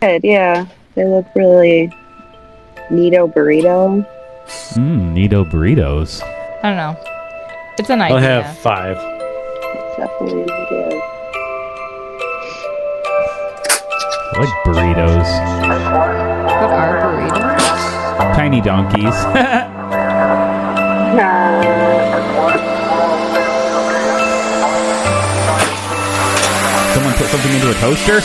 Good, yeah. They look really neato burrito. Mmm, Nito burritos. I don't know. It's an I'll idea. have five. It's definitely good. I like burritos. What are burritos? Tiny donkeys. Nah. Someone put something into a toaster?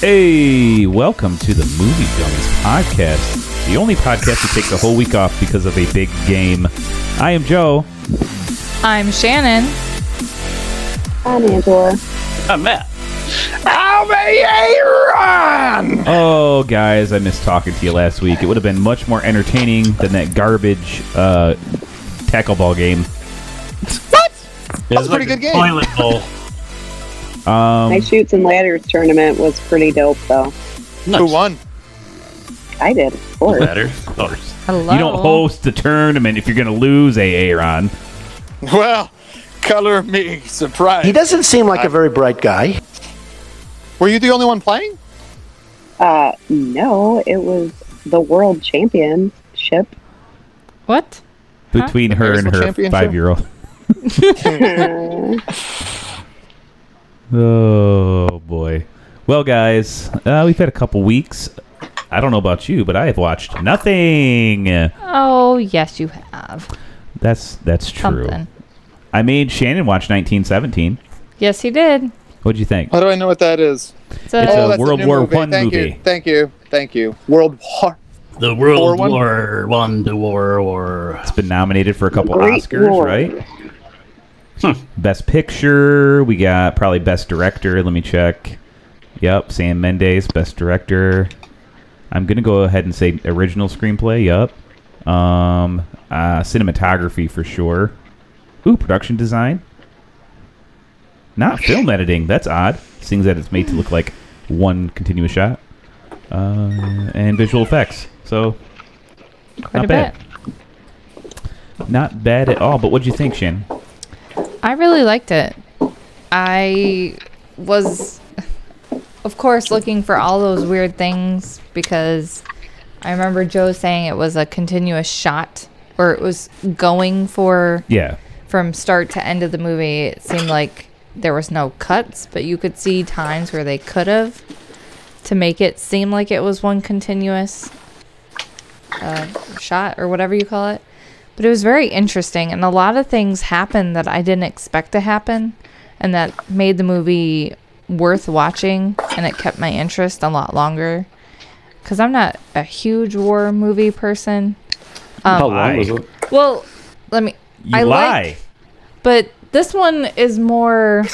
Hey, welcome to the Movie Dummies Podcast, the only podcast that takes a whole week off because of a big game. I am Joe. I'm Shannon. I'm Angela. I'm Matt. Oh, guys, I missed talking to you last week. It would have been much more entertaining than that garbage uh, tackleball game. That's a pretty good game. Toilet bowl. My shoots and ladders tournament was pretty dope, though. Who won? I did, of course. Better, of course. Hello. You don't host the tournament if you're going to lose, eh, Aaron. Well, color me surprised. He doesn't seem like a very bright guy. Were you the only one playing? Uh, no, it was the world championship. What? between her and National her championship? five year old. oh boy. Well, guys, uh, we've had a couple weeks. I don't know about you, but I have watched nothing. Oh yes, you have That's that's true. something. I made Shannon watch 1917. Yes, he did. What'd you think? How do I know what that is? Oh, So It's a- that's World new War One Thank movie. You. Thank you. Thank you. World War. The Or World one- War One, the War War. It's been nominated for a couple Great Oscars, Lord. right? Best Picture. We got probably Best Director. Let me check. Yep, Sam Mendes, Best Director. I'm gonna go ahead and say original screenplay. Yep. Um, uh, cinematography for sure. Ooh, production design. Not film editing. That's odd, seeing that it's made to look like one continuous shot. Uh, and visual effects. So quite not a bad. bit. Not bad at all. But what'd you think, Shannon? I really liked it. I was, of course, looking for all those weird things because I remember Joe saying it was a continuous shot, or it was going for Yeah. from start to end of the movie, it seemed like there was no cuts, but you could see times where they could have to make it seem like it was one continuous uh, shot or whatever you call it. But it was very interesting, and a lot of things happened that I didn't expect to happen, and that made the movie worth watching, and it kept my interest a lot longer. Because I'm not a huge war movie person. How Lie. long was it? Well, let me. You Um, I lie. Like, but this one is more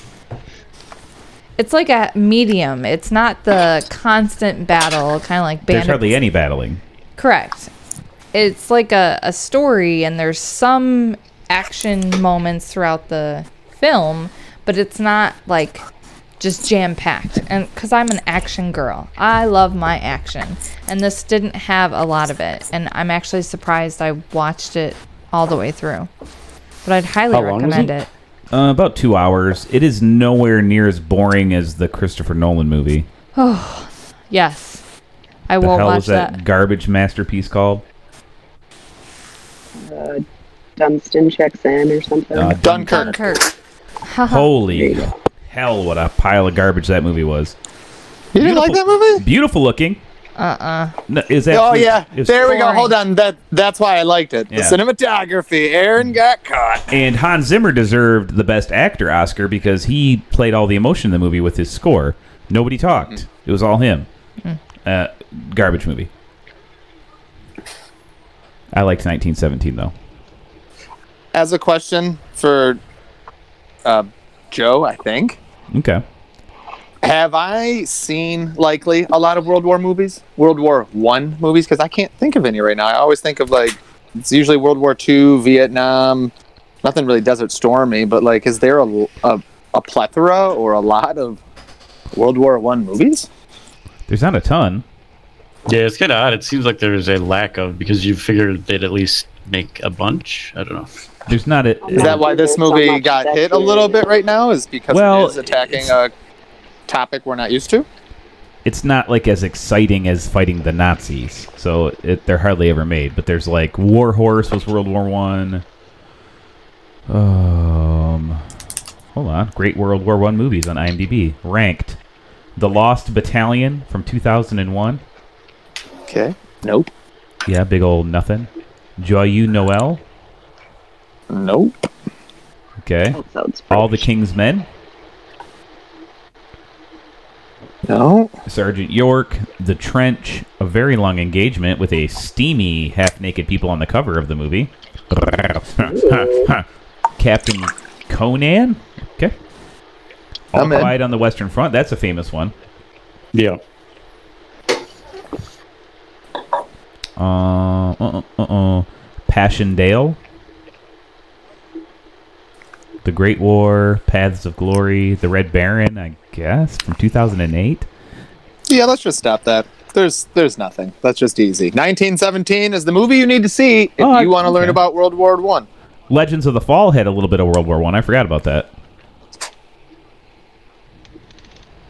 it's like a medium it's not the constant battle kind of like There's Band of- hardly any battling. correct it's like a, a story and there's some action moments throughout the film but it's not like just jam-packed and because i'm an action girl i love my action and this didn't have a lot of it and i'm actually surprised i watched it all the way through but i'd highly How long was recommend it? it Uh, about two hours. It is nowhere near as boring as the Christopher Nolan movie. Yes. I The won't hell watch was that, that. garbage masterpiece called? Dunstan checks in or something. Uh, Dunkirk. Dunkirk. holy hell! What a pile of garbage that movie was. You didn't like that movie? Beautiful looking. Uh uh Is that? Oh yeah. is- There we go. boring. Hold on. That that's why I liked it. The Yeah. cinematography. Aaron got caught. and Hans Zimmer deserved the Best Actor Oscar because he played all the emotion in the movie with his score. Nobody talked. Mm. It was all him. Uh, garbage movie. I liked 1917 though. As a question for uh, Joe, I think. Okay. Have I seen likely a lot of World War movies? World War One movies? Because I can't think of any right now. I always think of like it's usually World War Two, Vietnam. Nothing really Desert Stormy, but like, is there a, a, a plethora or a lot of World War One movies? There's not a ton. Yeah, it's kind of odd. It seems like there's a lack of because you figured they'd at least make a bunch. I don't know. There's not a. Is that why this movie got hit a little bit right now? Is because Well, it is attacking a topic we're not used to? it's not like as exciting as fighting the Nazis. So it, they're hardly ever made. But there's like War Horse was World War One. Um, hold on. Great World War One movies on IMDb ranked. The Lost Battalion from 2001. Okay. Nope. Yeah, big old nothing. Joyeux Noel. Nope. Okay. sounds All the King's Men. No. Sergeant York, The Trench, a very long engagement with a steamy half naked people on the cover of the movie. Captain Conan? Okay. All I'm in. Quiet on the Western Front. That's a famous one. Yeah. Uh, uh, uh, uh, uh. Passchendaele. The Great War, Paths of Glory, The Red Baron, I guess, from 2008. Yeah, let's just stop that. There's there's nothing. That's just easy. 1917 is the movie you need to see if Oh, you want to okay. learn about World War One. Legends of the Fall had a little bit of World War One. I. forgot about that.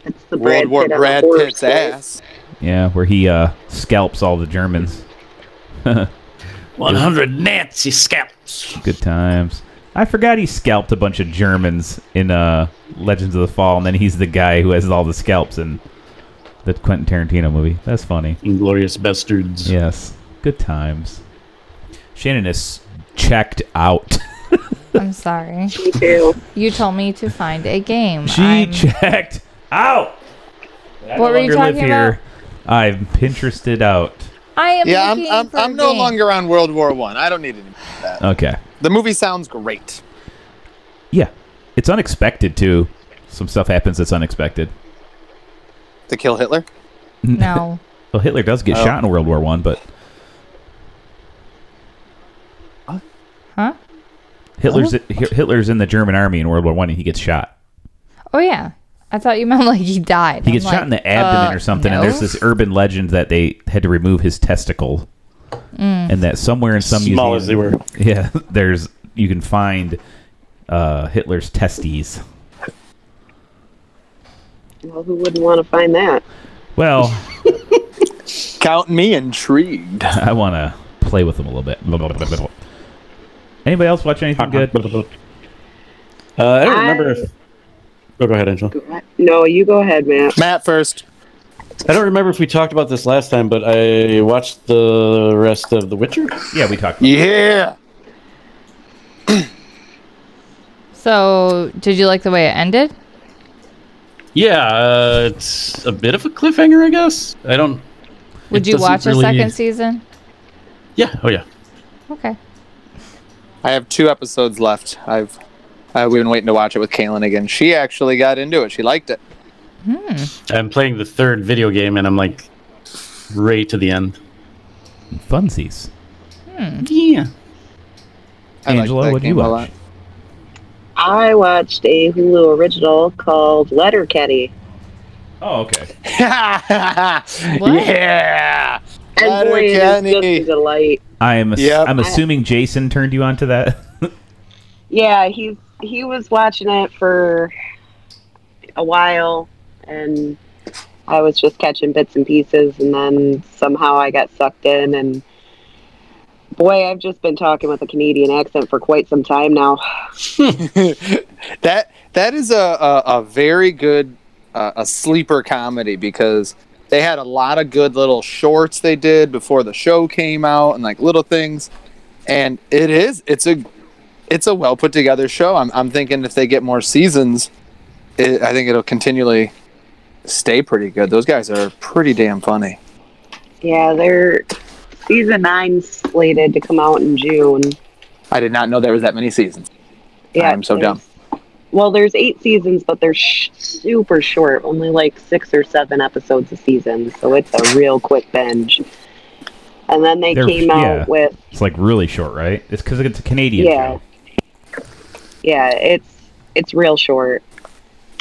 It's the Brad World War Pitt on Brad the horse, Pitt's right? ass. Yeah, where he uh, scalps all the Germans. 100 Nancy scalps. Good times. I forgot he scalped a bunch of Germans in uh, Legends of the Fall, and then he's the guy who has all the scalps in the Quentin Tarantino movie. That's funny. Inglorious Bastards. Yes. Good times. Shannon is checked out. I'm sorry. Me too. You told me to find a game. She I'm- checked out. I What no were you longer live talking here. I'm Pinterested out. I am. Yeah, I'm looking I'm, for a I'm no game. longer on World War One. I. I don't need any of that. Okay. The movie sounds great. Yeah. It's unexpected too. Some stuff happens that's unexpected. To kill Hitler. No. Well, Hitler does get Oh. shot in World War One, but Uh, Huh? Hitler's Hi- Hitler's in the German army in World War One, and he gets shot. Oh yeah. I thought you meant like uh, he died. He gets shot in the abdomen or something. And there's this er- urban legend that they had to remove his testicle, Mm. and that somewhere in some Small as they museum, were. yeah, there's you can find uh, Hitler's testes. Well, who wouldn't want to find that? Well, Count me intrigued. I want to play with them a little bit. Anybody else watch anything good? Uh, I don't remember if. Oh, go ahead, Angela. No, you go ahead, Matt. Matt first. I don't remember if we talked about this last time, but I watched the rest of The Witcher. Yeah, we talked. Yeah. So, did you like the way it ended? Yeah, uh, it's a bit of a cliffhanger, I guess. I don't. Would it you doesn't watch a really- second season? Yeah. Oh, yeah. Okay. I have two episodes left. I've I've been waiting to watch it with Kaylin again. She actually got into it. She liked it. I'm playing the third video game, and I'm like, right to the end. Funsies. I Yeah. liked Angela, that what do you game a watch? lot. I watched a Hulu original called Letterkenny. Oh, okay. yeah. And boy, it is just Letterkenny. a delight. I'm ass- Yep. I'm assuming Jason turned you on to that. Yeah, he's he was watching it for a while, and I was just catching bits and pieces, and then somehow I got sucked in, and boy, I've just been talking with a Canadian accent for quite some time now. that that is a, a, a very good uh, a sleeper comedy because they had a lot of good little shorts they did before the show came out and like little things and it is it's a it's a well put together show I'm, I'm thinking if they get more seasons it, i think it'll continually stay pretty good those guys are pretty damn funny Yeah, they're season nine slated to come out in June. i did not know there was that many seasons Yeah, I'm so there's- Well, there's eight seasons, but they're sh- super short, only like six or seven episodes a season, so it's a real quick binge. And then they They're- came out yeah. with It's like really short, right? It's because it's a Canadian Yeah. show. yeah, it's it's real short.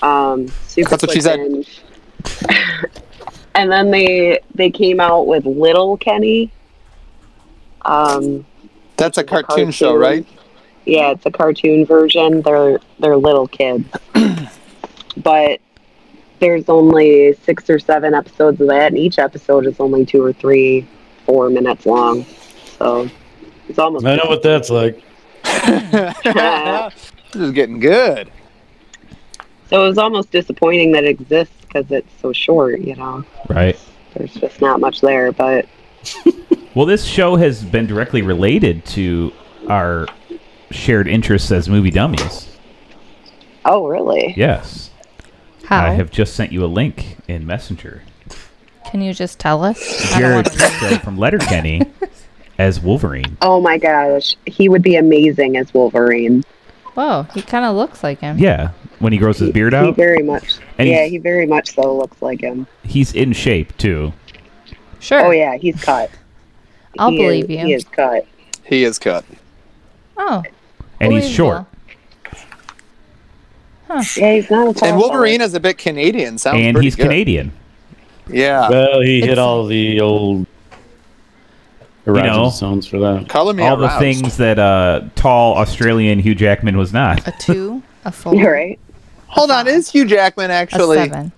Um, super That's what she quick said. binge. and then they they came out with Little Kenny. Um, that's a cartoon show cartoon. right yeah, it's a cartoon version. They're they're little kids, but there's only six or seven episodes of that, and each episode is only two or three, four minutes long. So it's almost. I know what that's like. This is getting good. So it was almost disappointing that it exists because it's so short. You know, Right. there's just not much there. But Well, this show has been directly related to our shared interests as movie dummies. oh, really? Yes. How? I have just sent you a link in Messenger. Can you just tell us? I don't Jared wanna- Leto from Letterkenny as Wolverine. Oh my gosh, he would be amazing as Wolverine. Whoa, he kind of looks like him. Yeah, when he grows his beard He out, very much, And yeah, he's- he very much so looks like him. he's in shape too. Sure. Oh yeah, he's cut. I'll He is- believe you. He is cut. He is cut. Oh. And he's believable. short. Yeah, he's not a tall And Wolverine fella. is a bit Canadian. Sounds and pretty he's good. Canadian. Yeah. Well, he hit It's- all the old erogenous know, zones for that. Color me All the aroused. things that uh, tall Australian Hugh Jackman was not. A two, a four, You're right. Hold on, is Hugh Jackman a actually? seven.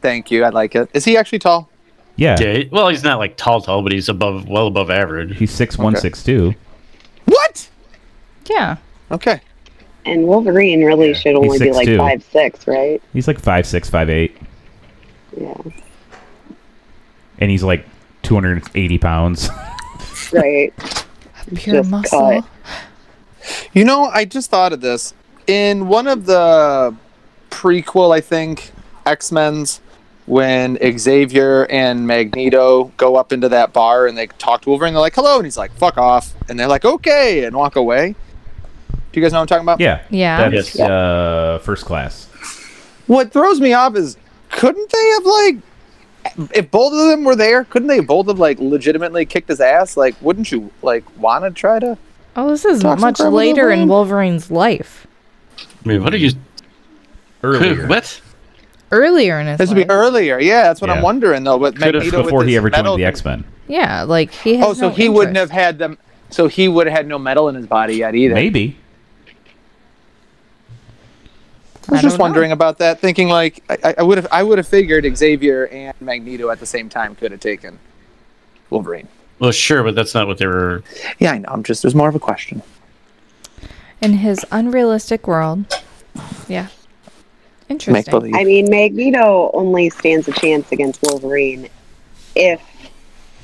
Thank you. I like it. Is he actually tall? Yeah. Yeah, he- well, he's not like tall, tall, but he's above, well above average. He's six one Okay. six two. What? Yeah. Okay. And Wolverine really should only be like 6'2". five six, right? He's like five six, five eight. Yeah. And he's like two hundred and eighty pounds. Right. Pure Just muscle. cut. You know, I just thought of this. In one of the prequel, I think, X Men's, when Xavier and Magneto go up into that bar and they talk to Wolverine, they're like, hello. And he's like, fuck off. And they're like, okay. And walk away. Do you guys know what I'm talking about? yeah. Yeah. That's uh, first class. What throws me off is couldn't they have, like, if both of them were there, couldn't they both have, like, legitimately kicked his ass? Like, wouldn't you, like, want to try to? Oh, this is Talk some much crap with later in Wolverine? Wolverine's life. I mean, what are you? Earlier. What? Earlier in his This would life. be earlier. Yeah, that's what Yeah. I'm wondering, though. But Could have Magneto with before he his ever metal joined the thing- X Men. yeah, like he has Oh, so no he wouldn't have interest. had them. So he would have had no metal in his body yet either. Maybe. I was I just don't know. wondering about that, thinking like I- I, I would have. I would have figured Xavier and Magneto at the same time could have taken Wolverine. Well, sure, but that's not what they were. Yeah, I know. I'm just. It was more of a question. in his unrealistic world. Yeah. Interesting. Make believe. I mean, Magneto only stands a chance against Wolverine if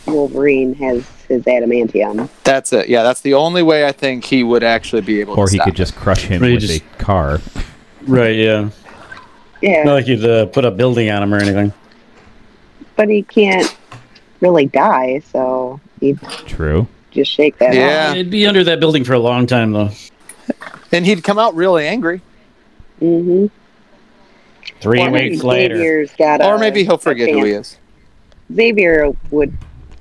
Wolverine has his adamantium. That's it. Yeah, that's the only way I think he would actually be able. Or to he stop could just crush him Or he with just- a car. Right, yeah. Yeah, Not like you'd uh, put a building on him or anything. but he can't really die, so he'd True. just shake that it. off. Yeah, He'd be under that building for a long time, though. and he'd come out really angry, Mm-hmm. Three weeks later. Xavier's got or a- maybe he'll a forget who he chance. is. Xavier would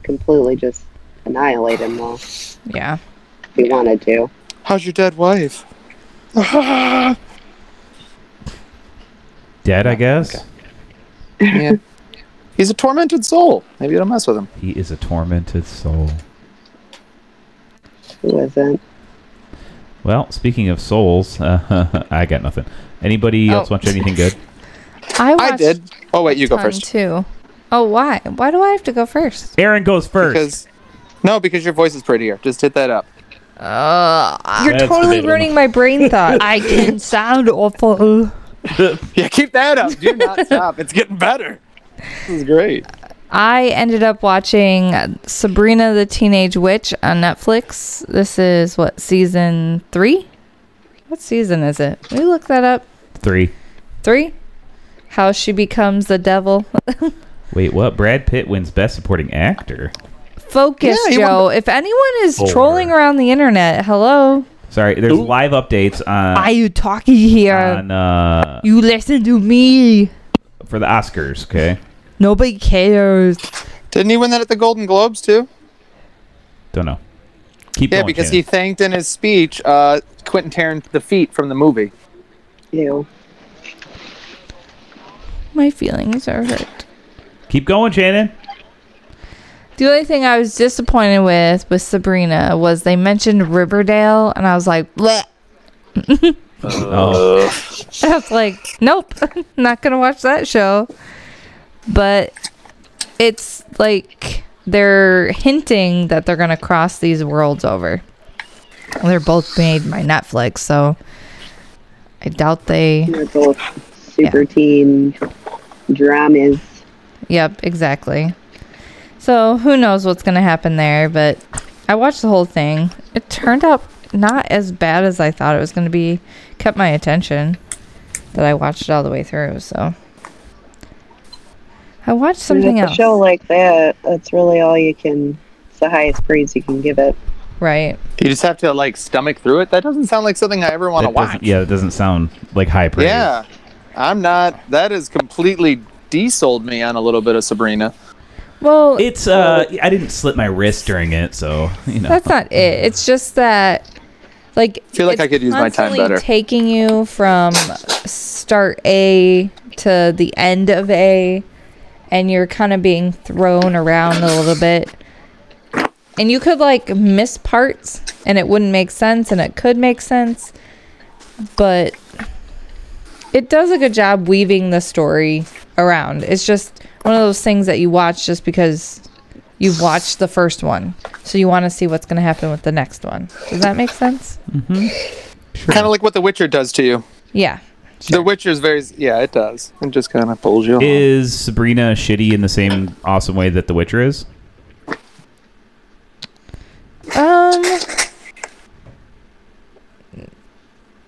completely just annihilate him, though, if Yeah. he wanted to. How's your dead wife? Dead, I guess. yeah. He's a tormented soul. Maybe don't mess with him. He is a tormented soul. Who isn't? Well, speaking of souls, uh, I got nothing. Anybody Oh. else watch anything good? I watched I did. Oh wait, you go Ton first. too. Oh, why? Why do I have to go first? Aaron goes first. Because no, because your voice is prettier. Just hit that up. Uh, Ah, You're That's totally debatable. ruining my brain thought. I can sound awful. Yeah, keep that up. Do not stop. It's getting better. This is great. I ended up watching Sabrina the Teenage Witch on Netflix. This is what season three? What season is it? Can We look that up. Three. Three? How she becomes the devil. Wait, what? Brad Pitt wins Best Supporting Actor. Focus, Yeah, he won Joe. If anyone is Four. trolling around the internet, hello. Sorry, there's live updates Are on you talking here? on uh, you listen to me. for the Oscars. Okay, Nobody cares. Didn't he win that at the Golden Globes too? don't know. Keep Yeah, going, because he Shannon. thanked in his speech uh, Quentin Tarantino the feet from the movie. Ew. My feelings are hurt. keep going, Shannon. The only thing I was disappointed with with Sabrina was they mentioned Riverdale, and I was like, Bleh, Oh. I was like, nope, not gonna watch that show. But it's like they're hinting that they're gonna cross these worlds over. They're both made by Netflix, so I doubt they. They're both super teen dramas. Yep, exactly. So who knows what's gonna happen there? But I watched the whole thing. It turned out not as bad as I thought it was gonna be. Kept my attention, but I watched it all the way through. So I watched With something A else. show like that, that's really all you can. It's the highest praise you can give it. Right. You just have to like stomach through it. That doesn't sound like something I ever want to That doesn't- watch. yeah, it doesn't sound like high praise. Yeah, I'm not. That has completely desold me on a little bit of Sabrina. Well, It's uh, I didn't slip my wrist during it, so you know. that's not it. It's just that, like, Feel like it's I could use my time constantly better. Taking you from start A to the end of A, and you're kind of being thrown around a little bit. And you could like miss parts, and it wouldn't make sense, and it could make sense, but it does a good job weaving the story around. It's just one of those things that you watch just because you've watched the first one. So you want to see what's going to happen with the next one. Does that make sense? Kind of like what The Witcher does to you. Yeah. The Witcher is very. Yeah, it does. It just kind of pulls you. along. Is Sabrina shitty in the same awesome way that The Witcher is? Um,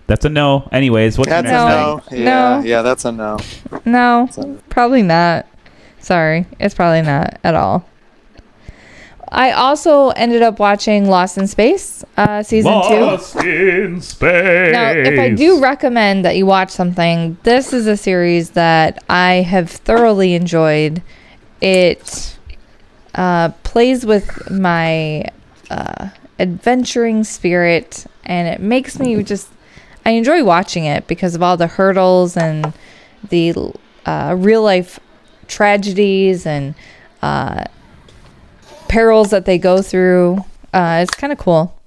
That's a no. Anyways, what's your That's next No. a thing? no. Yeah, No. yeah, that's a no. no, probably not. Sorry. It's probably not at all. I also ended up watching Lost in Space, uh, season two. in space. Now, if I do recommend that you watch something, this is a series that I have thoroughly enjoyed. It uh, plays with my uh, adventuring spirit, and it makes me just. I enjoy watching it because of all the hurdles and the uh, real life tragedies and uh, perils that they go through. Uh, it's kind of cool.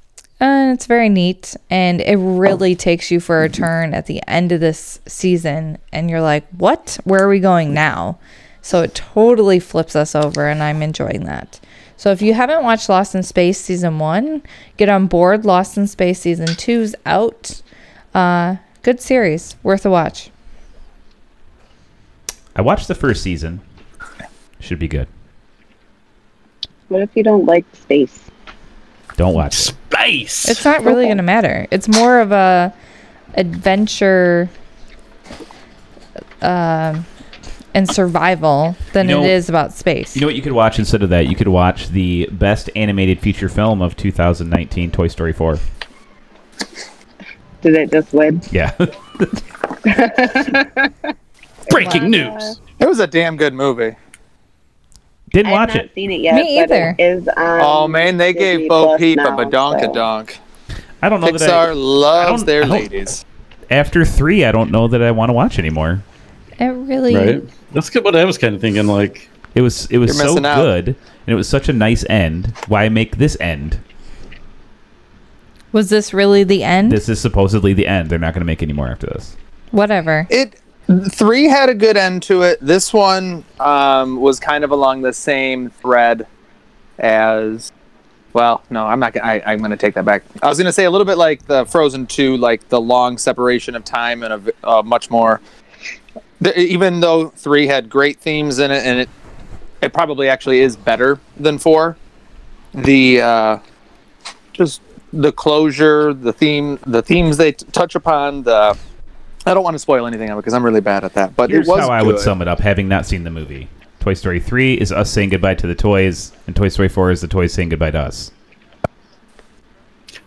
Uh, it's very neat, and it really takes you for a turn at the end of this season, and you're like, "What? Where are we going now?" So it totally flips us over, and I'm enjoying that. So if you haven't watched Lost in Space season one, get on board. Lost in Space season two's out. Uh, good series, worth a watch. I watched the first season. Should be good. What if you don't like space? Don't watch. it. Space. It's not really going to matter. It's more of a adventure um and survival than You know- it is about space. You know what you could watch instead of that? You could watch the best animated feature film of 2019, Toy Story 4. Did it just win? Yeah. Breaking news. It was a damn good movie. Didn't watch I've not it. seen it yet. Me but either. It is on oh man, they Disney gave Bo Plus Peep a now, so- badonkadonk. I don't know that I- Pixar don't- loves I their don't- ladies. after three, I don't know that I want to watch anymore. it really right? That's good. What I was kind of thinking, like, It was it was You're so missing out. good, and it was such a nice end. Why make this end? was this really the end? This is supposedly the end. They're not going to make any more after this. Whatever. It three had a good end to it. This one um, was kind of along the same thread as. Well, no, I'm not. gonna- I, I'm going to take that back. I was going to say a little bit like the Frozen Two, like the long separation of time and a v- uh, much more. The, even though three had great themes in it, and it it probably actually is better than four. The uh, just the closure, the theme, the themes they t- touch upon. The I don't want to spoil anything on it because I'm really bad at that. But Here's it was how I would good. sum it up, having not seen the movie. Toy Story 3 is us saying goodbye to the toys, and Toy Story 4 is the toys saying goodbye to us.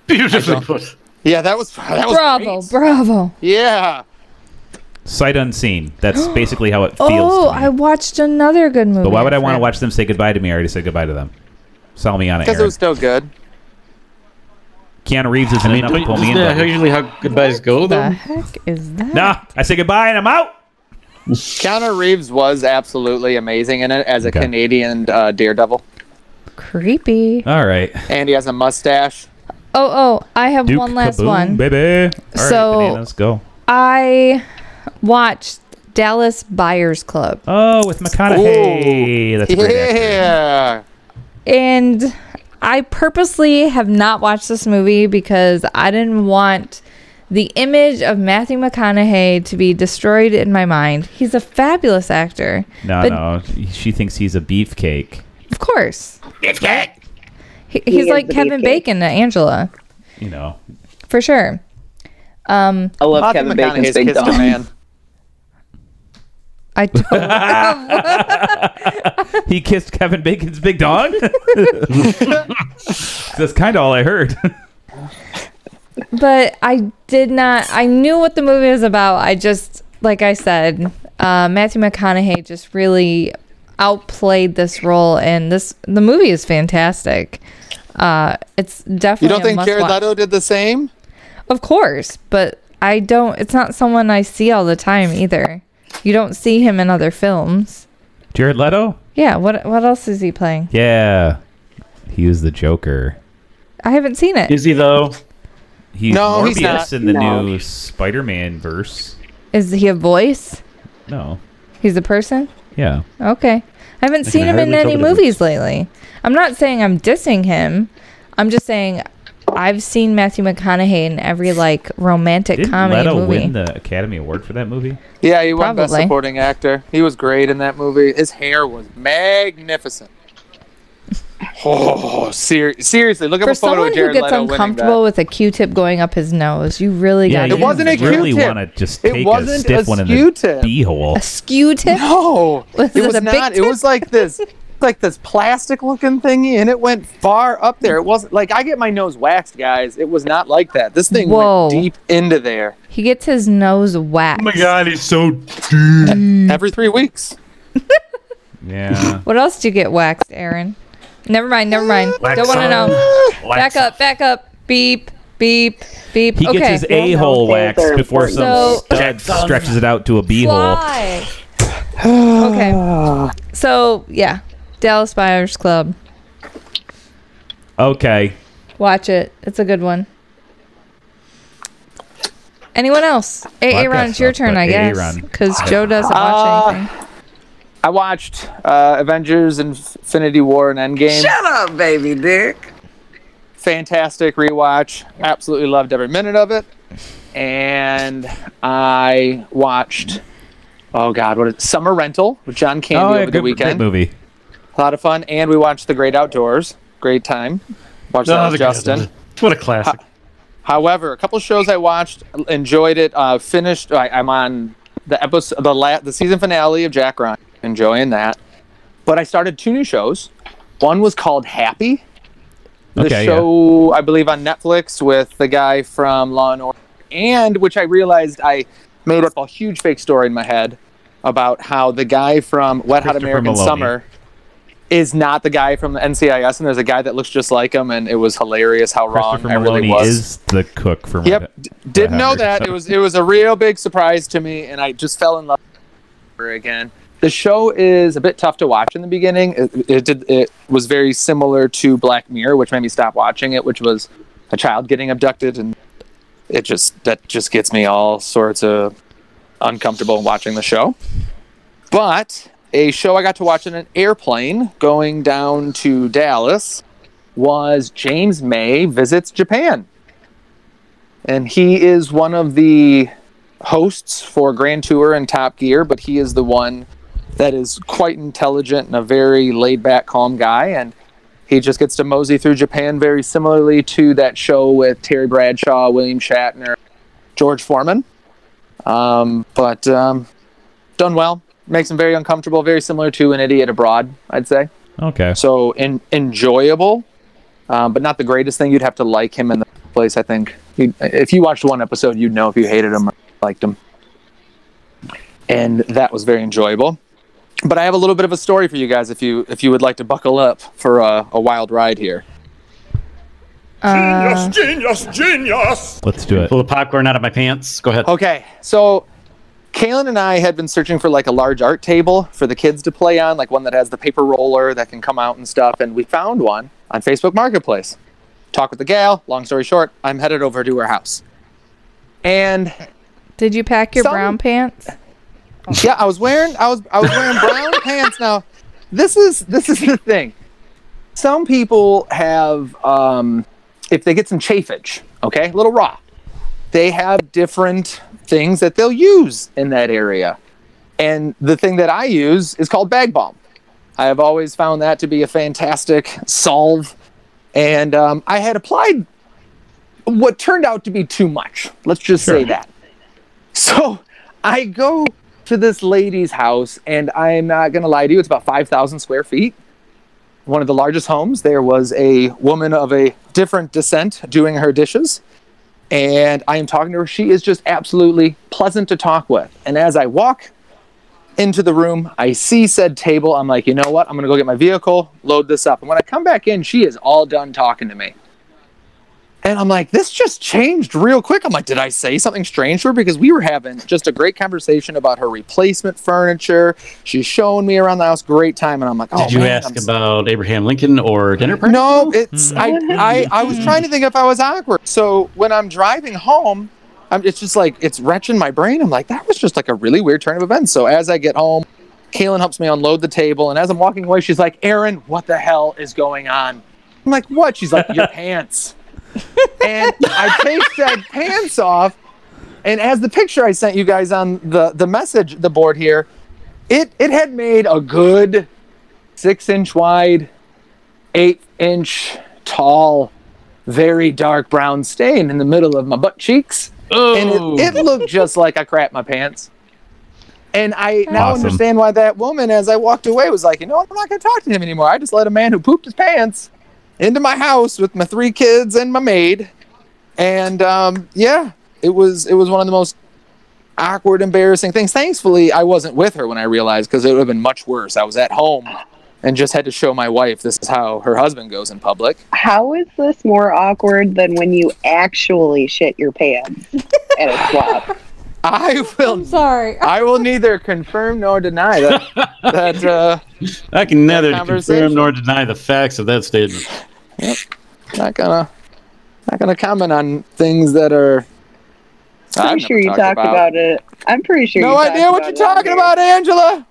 Beautifully put. Yeah, that was that was Bravo, bravo. yeah. Sight unseen. That's basically how it feels. Oh, to me. I watched another good movie. but why would I want to forgot. watch them say goodbye to me? I already said goodbye to them. Sell me on it, Because it Aaron. was still good. Keanu Reeves isn't I mean, enough to don't- pull me isn't in. that how buddy. usually how goodbyes go, The though? heck is that? Nah, I say goodbye and I'm out. Keanu Reeves was absolutely amazing in it as a Okay. Canadian uh, daredevil, Creepy. All right. and he has a mustache. Oh, oh, I have one last kaboom, one. baby. All right, So- bananas, go. I watched Dallas Buyers Club. Oh, with McConaughey. That's a great actor. yeah. And I purposely have not watched this movie because I didn't want the image of Matthew McConaughey to be destroyed in my mind. He's a fabulous actor. No, but no, she thinks he's a beefcake. Of course. He, He he's is like the Kevin beefcake. Bacon to Angela, You know, for sure. Um, I love Matthew Kevin Bacon's McConaughey's big kissed a dong. man. I don't. he kissed Kevin Bacon's big dog. That's kind of all I heard. but I did not. I knew what the movie was about. I just, like I said, uh, Matthew McConaughey just really outplayed this role, and this the movie is fantastic. Uh, it's definitely. You don't a think must Jared watch. Leto did the same? Of course, but I don't. It's not someone I see all the time either. You don't see him in other films. Jared Leto. Yeah. What What else is he playing? Yeah, he was the Joker. I haven't seen it. Is, Is he though? He's No, Morbius he's not. in the No. new Spider-Man verse. he a voice? No, He's a person. yeah, Okay. I haven't seen him in hardly tell any the difference. movies lately. I'm not saying I'm dissing him. I'm just saying I've seen Matthew McConaughey in every like romantic did comedy Leto movie. win the Academy Award for that movie? Yeah, he won Best Probably. Supporting Actor. He was great in that movie. His hair was magnificent. Oh, ser- seriously, look up For a photo someone of who Jared gets Leto uncomfortable with a Q-tip going up his nose, you really got It you to wasn't a really Q-tip. want to just It take a wasn't stiff a one in the Q-tip. beehole. a skew tip. No, Was it it was a big not. It tip? was like this, like this plastic-looking thingy, and it went far up there. It wasn't like I get my nose waxed, guys. It was not like that. This thing Whoa. went deep into there He gets his nose Oh waxed. he's so every three weeks. Yeah, What else do you get waxed, Aaron? Never mind, never mind. Don't want to know. Back up, back up. Beep, beep, beep. he okay. gets his Yeah, a hole no, they're- waxed they're before some important. stud stretches it out to a beehole. Why? okay. So yeah, Dallas Buyers Club. Okay, Watch it. It's a good one. Anyone else? Hey, I've Aaron, got it's your stuff, turn, but I guess, Aaron- because Joe doesn't watch uh, anything. I watched uh, Avengers: Infinity War and Endgame. Shut up, baby dick. fantastic rewatch. Absolutely loved every minute of it. And I watched, oh God, what is Summer Rental with John Candy oh, over yeah, the good, good weekend. movie. A lot of fun. And we watched The Great Outdoors. Great time. Watched Oh, that with Justin. What a classic. However, a couple shows I watched, enjoyed it. Uh, finished. I, I'm on the episode, the la- the season finale of Jack Ryan, enjoying that. But I started two new shows. One was called Happy. The Okay, yeah. show I believe on Netflix with the guy from Law and Order, and which I realized I made up a huge fake story in my head about how the guy from Wet Hot Christopher American Maloney. Summer is not the guy from the NCIS, and there's a guy that looks just like him, and it was hilarious how wrong Christopher I really Maloney was. is the cook from. Yep, Reddit. d- didn't know Hamburger. that. It was it was a real big surprise to me, and I just fell in love with her again. The show is a bit tough to watch in the beginning. It, it did it was very similar to Black Mirror, which made me stop watching it, which was a child getting abducted, and it just that just gets me all sorts of uncomfortable watching the show. But a show I got to watch in an airplane going down to Dallas was James May visits Japan and he is one of the hosts for Grand Tour and Top Gear, but he is the one that is quite intelligent and a very laid back, calm guy. And he just gets to mosey through Japan very similarly to that show with Terry Bradshaw, William Shatner, George Foreman. Um, but um, done well. Makes him very uncomfortable, very similar to An Idiot Abroad, I'd say Okay. so en- enjoyable, um, but not the greatest thing. You'd have to like him in the place. I think you if you watched one episode, you'd know if you hated him or liked him. And that was very enjoyable. But I have a little bit of a story for you guys if you if you would like to buckle up for a, a wild ride here. Uh, Let's do it. Pull the popcorn out of my pants. Go ahead. Okay, so Kaylin and I had been searching for like a large art table for the kids to play on, like one that has the paper roller that can come out and stuff. And we found one on Facebook Marketplace. talk with the gal. Long story short, I'm headed over to her house. And Did you pack your Some- brown pants? yeah, I was wearing I was I was wearing brown pants. Now, this is this is the thing. Some people have um, if they get some chafage, okay, a little raw, they have different things that they'll use in that area. And the thing that I use is called bag balm. I have always found that to be a fantastic solve. And um, I had applied what turned out to be too much. Let's just say that. So I go to this lady's house, and I'm not going to lie to you, it's about 5,000 square feet. One of the largest homes. There was a woman of a different descent doing her dishes. And I am talking to her. She is just absolutely pleasant to talk with. And as I walk into the room, I see said table. I'm like, you know what? I'm going to go get my vehicle, load this up. And when I come back in, she is all done talking to me. And I'm like, this just changed real quick. I'm like, did I say something strange to her? Because we were having just a great conversation about her replacement furniture. She's showing me around the house, great time. And I'm like, oh, Did you man, ask I'm so- about Abraham Lincoln or dinner party? Hmm. no, it's I, I I was trying to think if I was awkward. So when I'm driving home, I'm it's just like it's wrenching my brain. I'm like, that was just like a really weird turn of events. So as I get home, Kaylin helps me unload the table, and as I'm walking away, she's like, Aaron, what the hell is going on? I'm like, what? She's like, your pants. And I take said pants off. And as the picture I sent you guys on the, the message, the board here, it, it had made a good six inch wide, eight inch tall, very dark brown stain in the middle of my butt cheeks. Oh, And it, it looked just like I crapped my pants. And I now Awesome. understand why that woman, as I walked away, was like, you know what? I'm not going to talk to him anymore. I just let a man who pooped his pants into my house with my three kids and my maid. And um, yeah, it was it was one of the most awkward, embarrassing things. Thankfully, I wasn't with her when I realized because it would have been much worse. I was at home and just had to show my wife this is how her husband goes in public. How is this more awkward than when you actually shit your pants at a swap? I will Sorry. I will neither confirm nor deny that that uh, I can neither conversation. confirm nor deny the facts of that statement. not gonna not gonna comment on things that are. I'm I've pretty sure never you talked about. it. I'm pretty sure. No you idea talked what about you're it on talking here. about, Angela.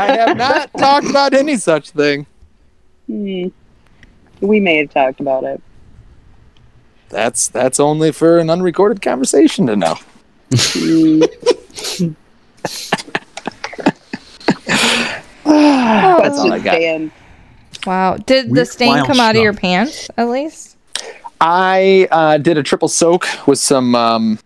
I have not talked about any such thing. Hmm. We may have talked about it. That's that's only for an unrecorded conversation to know. Hmm. That's all I just got. Dan. Wow. Did the Weird stain wild come out of your stuff. pants at least? I uh, did a triple soak with some um,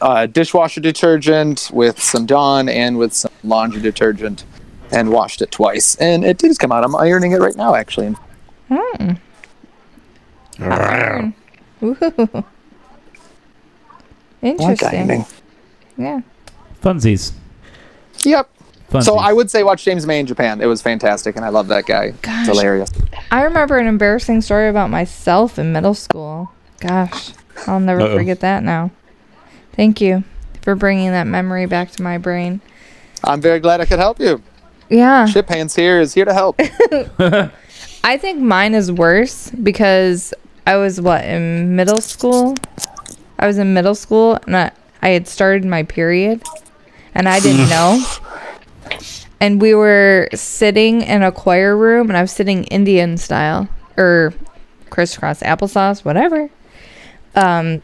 uh, dishwasher detergent, with some Dawn, and with some laundry detergent, and washed it twice. And it did come out. I'm ironing it right now, actually. Woohoo. I like ironing. Interesting. Yeah. Funsies. Yep. Funsies. So I would say watch James May in Japan. It was fantastic, and I love that guy. It's hilarious. I remember an embarrassing story about myself in middle school. Gosh, I'll never Uh-oh. forget that now. Thank you for bringing that memory back to my brain. I'm very glad I could help you. Yeah. Chip Hands here is here to help. I think mine is worse because I was what in middle school. I was in middle school and I, I had started my period, and I didn't know. And we were sitting in a choir room, and I was sitting Indian style or crisscross applesauce, whatever. Um,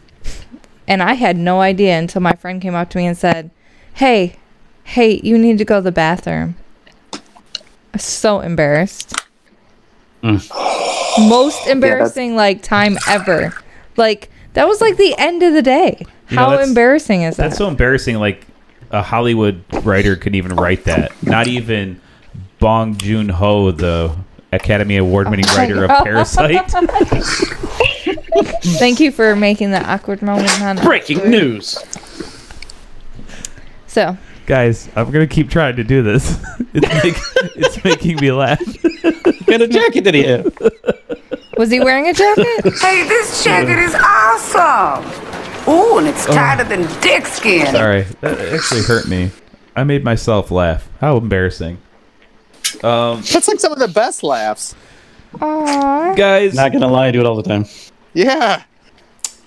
and I had no idea until my friend came up to me and said, "Hey, hey, you need to go to the bathroom." I was so embarrassed Mm. most embarrassing like time ever. Like that was like the end of the day. You know, How that's- embarrassing is that? That's so embarrassing. Like a Hollywood writer couldn't even write that. Not even Bong Joon Ho, the Academy Award winning writer of Parasite. Thank you for making that awkward moment. Hannah. Breaking news. So Guys, I'm gonna keep trying to do this. It's, make, it's making me laugh. What kind of jacket did he have? was he wearing a jacket? Hey, this jacket is awesome. Ooh, and it's tighter than dick skin. Sorry, that actually hurt me. I made myself laugh. How embarrassing, That's like some of the best laughs. Aww. guys! Not gonna lie, I do it all the time. Yeah.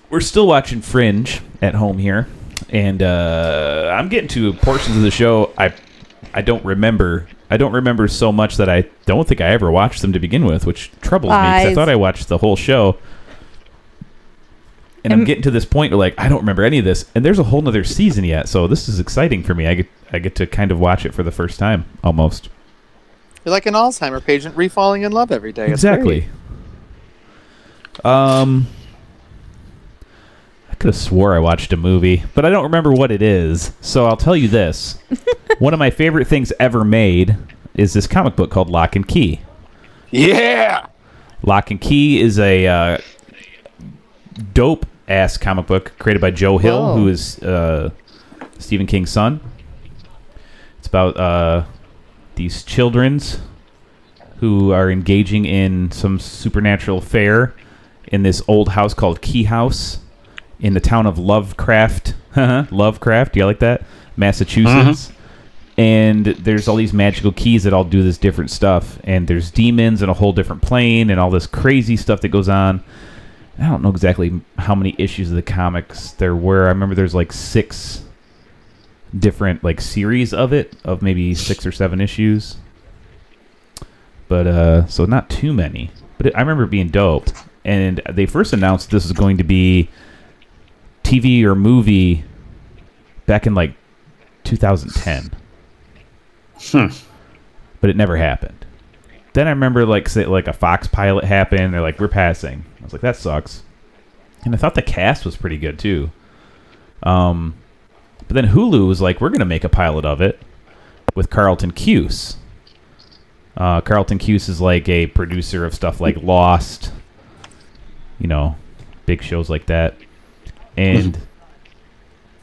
We're still watching Fringe at home here, and uh, I'm getting to portions of the show I I don't remember. I don't remember so much that I don't think I ever watched them to begin with, which troubles me. 'cause I Lies. thought I watched the whole show, and I'm Am- getting to this point where like I don't remember any of this, and there's a whole nother season yet. So this is exciting for me. I get I get to kind of watch it for the first time almost. You're like an Alzheimer patient refalling in love every day. It's exactly. great. Um, I could have swore I watched a movie, but I don't remember what it is. So I'll tell you this: one of my favorite things ever made is this comic book called Lock and Key. Yeah. Lock and Key is a uh, dope ass comic book created by Joe Hill, Whoa. who is uh, Stephen King's son. It's about uh, these childrens who are engaging in some supernatural fair in this old house called Key House in the town of Lovecraft. Lovecraft, do you like that? Massachusetts and there's all these magical keys that all do this different stuff and there's demons and a whole different plane and all this crazy stuff that goes on i don't know exactly how many issues of the comics there were i remember there's like six different like series of it of maybe six or seven issues but uh so not too many but it, i remember it being dope and they first announced this was going to be tv or movie back in like 2010 but it never happened. Then I remember like say, like a Fox pilot happened. They're like, we're passing. I was like, that sucks. And I thought the cast was pretty good too. Um, but then Hulu was like, we're gonna make a pilot of it with Carlton Cuse. Uh, Carlton Cuse is like a producer of stuff like Lost, you know, big shows like that, and.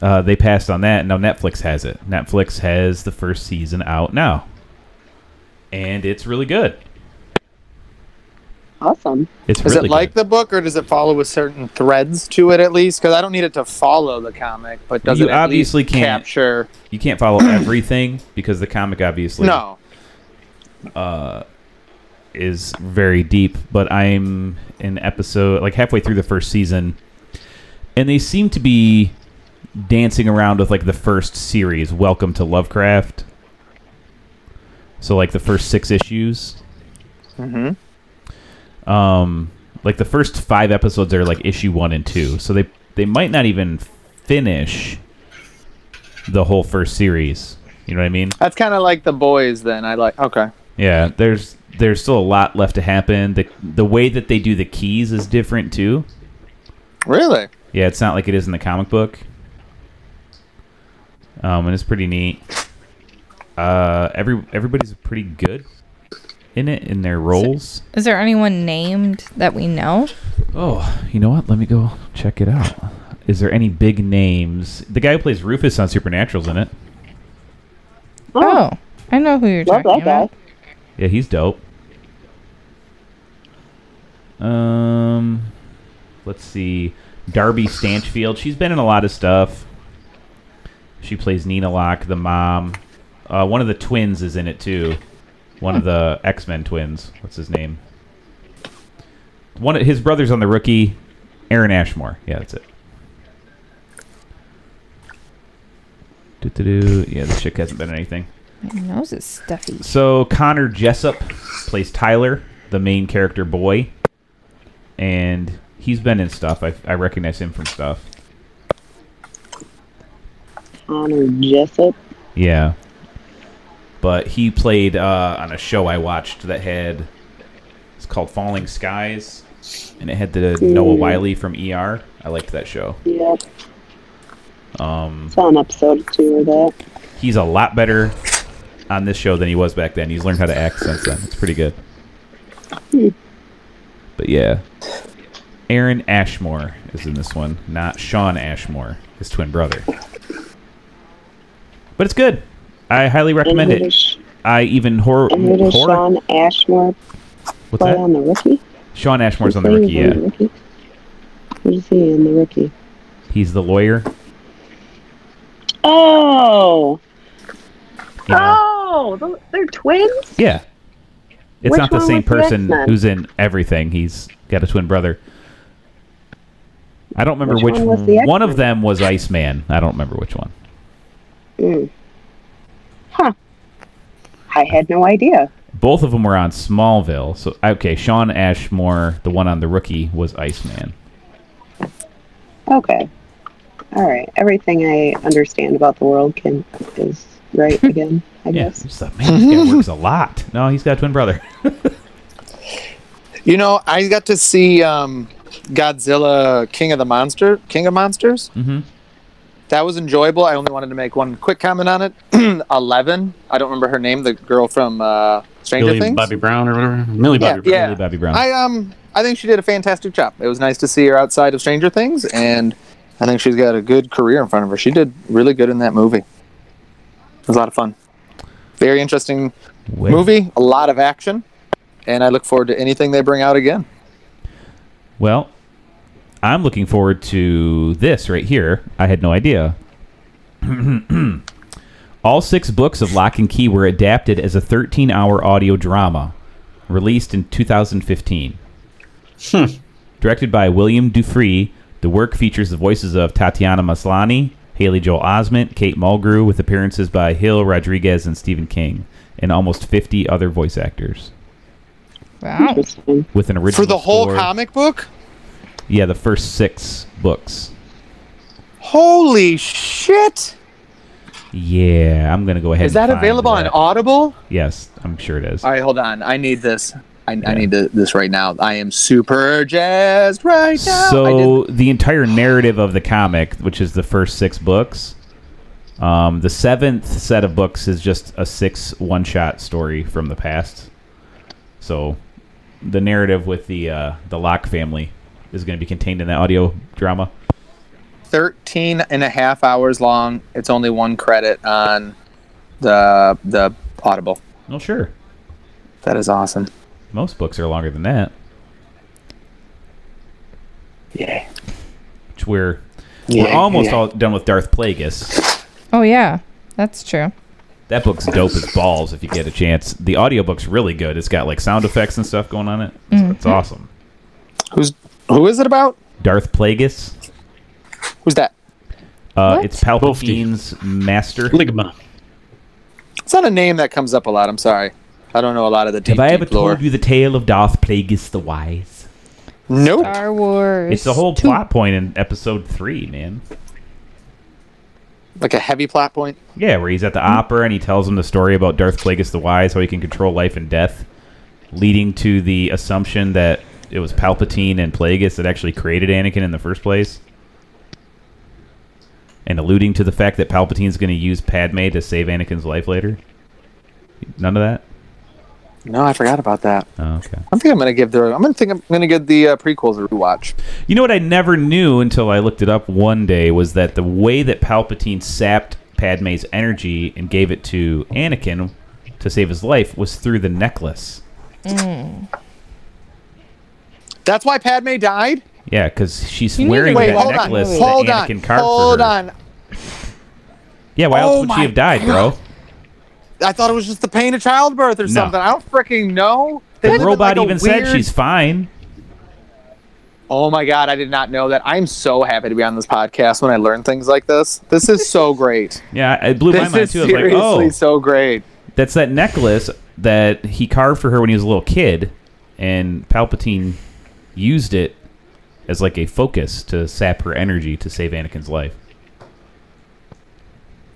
Uh, they passed on that. Now Netflix has it. Netflix has the first season out now and it's really good. Awesome. It's Is really it like good. the book, or does it follow with certain threads to it at least? Because I don't need it to follow the comic, but does You it at least obviously can't. capture? you can't follow everything because the comic obviously No. is very deep. But I'm in episode like halfway through the first season, and they seem to be dancing around with like the first series, Welcome to Lovecraft. So like the first six issues. Mm-hmm. Um, like the first five episodes are like issue one and two, so they they might not even finish the whole first series. You know what I mean? That's kind of like the boys. Then I like. Okay. Yeah, there's there's still a lot left to happen. The the way that they do the keys is different too. Really? Yeah, it's not like it is in the comic book. Um, and it's pretty neat. Uh, every everybody's pretty good in it in their roles. Is there anyone named that we know? Oh, you know what? Let me go check it out. Is there any big names? The guy who plays Rufus on Supernatural's in it. Oh, I know who you're Love that talking guy. about. Yeah, he's dope. Um, let's see, Darby Stanchfield. She's been in a lot of stuff. She plays Nina Locke, the mom. Uh, one of the twins is in it too. One of the X Men twins. What's his name? One of his brothers on the rookie, Aaron Ashmore. Yeah, that's it. Do-do-do. Yeah, this chick hasn't been in anything. My nose is stuffy. So Connor Jessup plays Tyler, the main character boy, and he's been in stuff. I, I recognize him from stuff. Honor Jessup. Yeah, but he played uh, on a show I watched that had it's called Falling Skies, and it had the Mm. Noah Wiley from ER. I liked that show. Yep. Um, It's on episode two of that. he's a lot better on this show than he was back then. He's learned how to act since then. It's pretty good. Hmm. But yeah, Aaron Ashmore is in this one, not Sean Ashmore, his twin brother. But it's good. I highly And recommend who it. does, I even horror. and who does horror Sean Ashmore what's play on that? the rookie? Sean Ashmore's on the He's rookie. on Yeah, rookie? What is he in the rookie? he's the lawyer. Oh, you know. oh, th- they're twins. Yeah. It's Which not the one same was the person X-Men? who's in everything. He's got a twin brother. I don't remember Which which, one was the one, of them was Iceman. I don't remember which one. Mm. Huh. I had no idea. Both of them were on Smallville. So okay, Sean Ashmore, the one on the rookie, was Iceman. Okay. All right. Everything I understand about the world can is right again. I Yeah, guess. it's the- man, this guy works a lot. No, he's got a twin brother. You know, I got to see um, Godzilla, King of the Monster, King of Monsters. Mhm. That was enjoyable. I only wanted to make one quick comment on it. Eleven. I don't remember her name. The girl from uh, Stranger Millie Things. Bobby Brown or whatever. Millie Yeah, Bobby Brown. yeah. Billy Bobby Brown. I um, I think she did a fantastic job. It was nice to see her outside of Stranger Things, and I think she's got a good career in front of her. She did really good in that movie. It was a lot of fun. Very interesting Wait. movie. A lot of action, and I look forward to anything they bring out again. Well, I'm looking forward to this right here. I had no idea. All six books of Lock and Key were adapted as a 13 hour audio drama released in 2015. Directed by William Dufree, the work features the voices of Tatiana Maslany, Haley Joel Osment, Kate Mulgrew, with appearances by Hill, Rodriguez, and Stephen King, and almost 50 other voice actors. Wow. Interesting. With an original For the whole score- comic book. yeah, the first six books. Holy shit! Yeah, I'm gonna go ahead. Is and that find available on that. Audible? Yes, I'm sure it is. All right, hold on. I need this. I, I need th- this right now. I am super jazzed right now. I So the entire narrative of the comic, which is the first six books, um, the seventh set of books is just a six one-shot story from the past. So the narrative with the uh, the Locke family is going to be contained in that audio drama. did 13 and a half hours long. It's only one credit on the the Audible. Well, sure. That is awesome. Most books are longer than that. Yeah. Which we're we're Yeah, almost yeah. all done with Darth Plagueis. Oh yeah, that's true. That book's dope as balls if you get a chance. The audiobook's really good. It's got like sound effects and stuff going on it. It's, it's awesome. Who's who is it about? Darth Plagueis. Who's that? Uh, What? it's Palpatine's master. Ligma. It's not a name that comes up a lot. I'm sorry. I don't know a lot of the deep, Have I deep ever lore. told you the tale of Darth Plagueis the Wise? Nope. Star Wars. It's a whole plot point in episode three, man. Like a heavy plot point. Yeah, where he's at the opera and he tells him the story about Darth Plagueis the Wise, how he can control life and death, leading to the assumption that it was Palpatine and Plagueis that actually created Anakin in the first place, and alluding to the fact that Palpatine's going to use Padme to save Anakin's life later. None of that. No, I forgot about that. Oh, okay. I think I'm gonna give the. I'm gonna think I'm gonna give the uh, prequels a rewatch. You know what I never knew until I looked it up one day was that the way that Palpatine sapped Padme's energy and gave it to Anakin to save his life was through the necklace. That's why Padme died. Yeah, because she's You need to wearing Wait, that hold on, necklace that hold Anakin on, carved hold for her. on. Yeah, why Oh else would my she have died, bro? I thought it was just the pain of childbirth or No. something. I don't freaking know. They The live in, robot like, a even said weird- she's fine. Oh my god, I did not know that. I'm so happy to be on this podcast when I learn things like this. This is so great. Yeah, it blew my this mind is too. I was like, seriously oh, so great. that's that necklace that he carved for her when he was a little kid, and Palpatine used it as like a focus to sap her energy to save Anakin's life.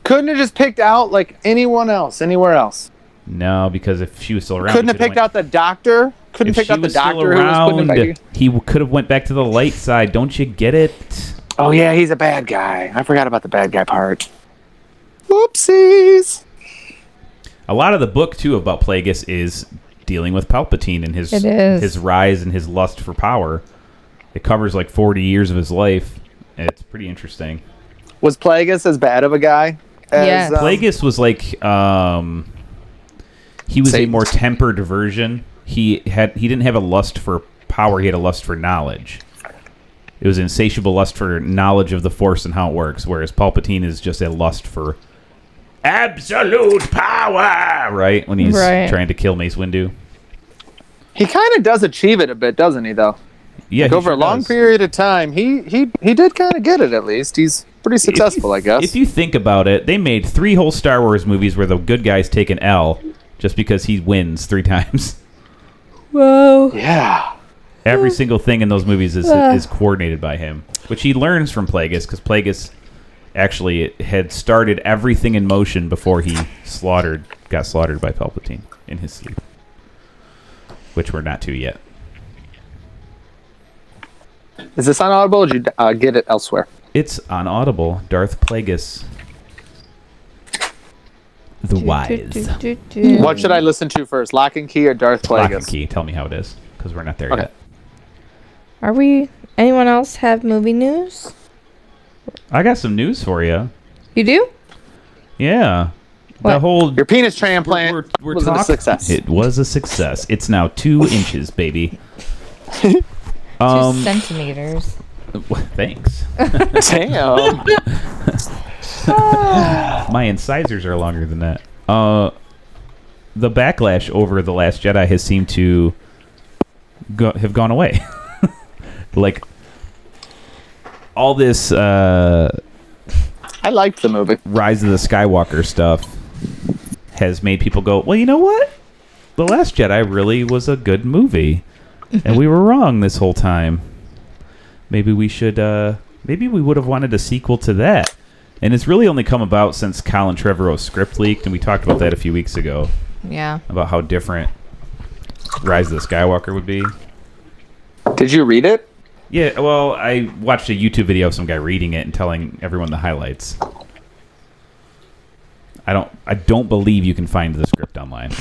Couldn't have just picked out like anyone else, anywhere else. No, because if she was still around, Couldn't he have could've picked went- out the doctor. Couldn't If pick she out the was still doctor who was putting around, him back. together. he could have went back to the light side. Don't you get it? Oh yeah, he's a bad guy. I forgot about the bad guy part. Whoopsies. a lot of the book too about Plagueis is dealing with Palpatine and his It is. his rise and his lust for power. It covers like 40 years of his life. and It's pretty interesting. Was Plagueis as bad of a guy? As, Yes. um, Plagueis was like um he was a Satan. more tempered version. He had he didn't have a lust for power, he had a lust for knowledge. It was insatiable lust for knowledge of the force and how it works, whereas Palpatine is just a lust for absolute power, right? When he's Right. trying to kill Mace Windu. He kind of does achieve it a bit, doesn't he? Though yeah, he over a sure long does. period of time, he he he did kind of get it. At least he's pretty successful, I guess. If you think about it, they made three whole Star Wars movies where the good guys take an L just because he wins three times. Whoa. yeah, Every single thing in those movies is, is coordinated by him, which he learns from Plagueis because Plagueis actually had started everything in motion before he slaughtered got slaughtered by Palpatine in his sleep, which we're not to yet. is this on Audible? Or did you uh, get it elsewhere? It's on Audible. Darth Plagueis, the wise. What should I listen to first, Lock and Key or Darth Lock and Plagueis? key. Tell me how it is because we're not there Okay. yet. Are we? Anyone else have movie news? I got some news for you. You do? Yeah. The What? whole Your penis transplant we're, we're was a talk- success. It was a success. It's now two inches, baby. Two Um, centimeters. thanks. Damn. My incisors are longer than that. Uh, the backlash over the Last Jedi has seemed to go- have gone away. like all this uh, I liked the movie. Rise of the Skywalker stuff has made people go, well, you know what? The Last Jedi really was a good movie, and we were wrong this whole time. Maybe we should, uh, maybe we would have wanted a sequel to that. And it's really only come about since Colin Trevorrow's script leaked, and we talked about that a few weeks ago Yeah. about how different Rise of the Skywalker would be. Did you read it? Yeah, well, I watched a YouTube video of some guy reading it and telling everyone the highlights. I don't I don't believe you can find the script online.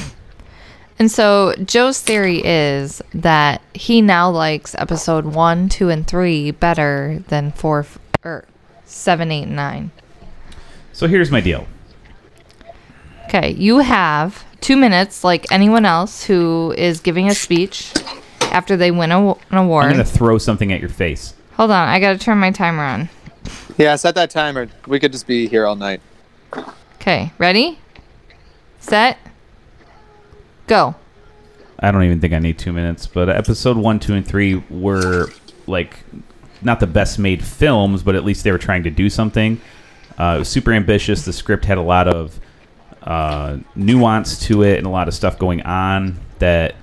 And so Joe's theory is that he now likes episode one, two, and three better than four f- or seven, eight, and nine. So here's my deal. Okay, you have two minutes, like anyone else who is giving a speech after they win a, an award. I'm going to throw something at your face. Hold on, I gotta turn my timer on. Yeah, set that timer. We could just be here all night. Okay, ready? Set? Go. I don't even think I need 2 minutes, but episode 1, 2 and 3 were like not the best made films, but at least they were trying to do something. Uh, it was super ambitious. The script had a lot of uh, nuance to it and a lot of stuff going on that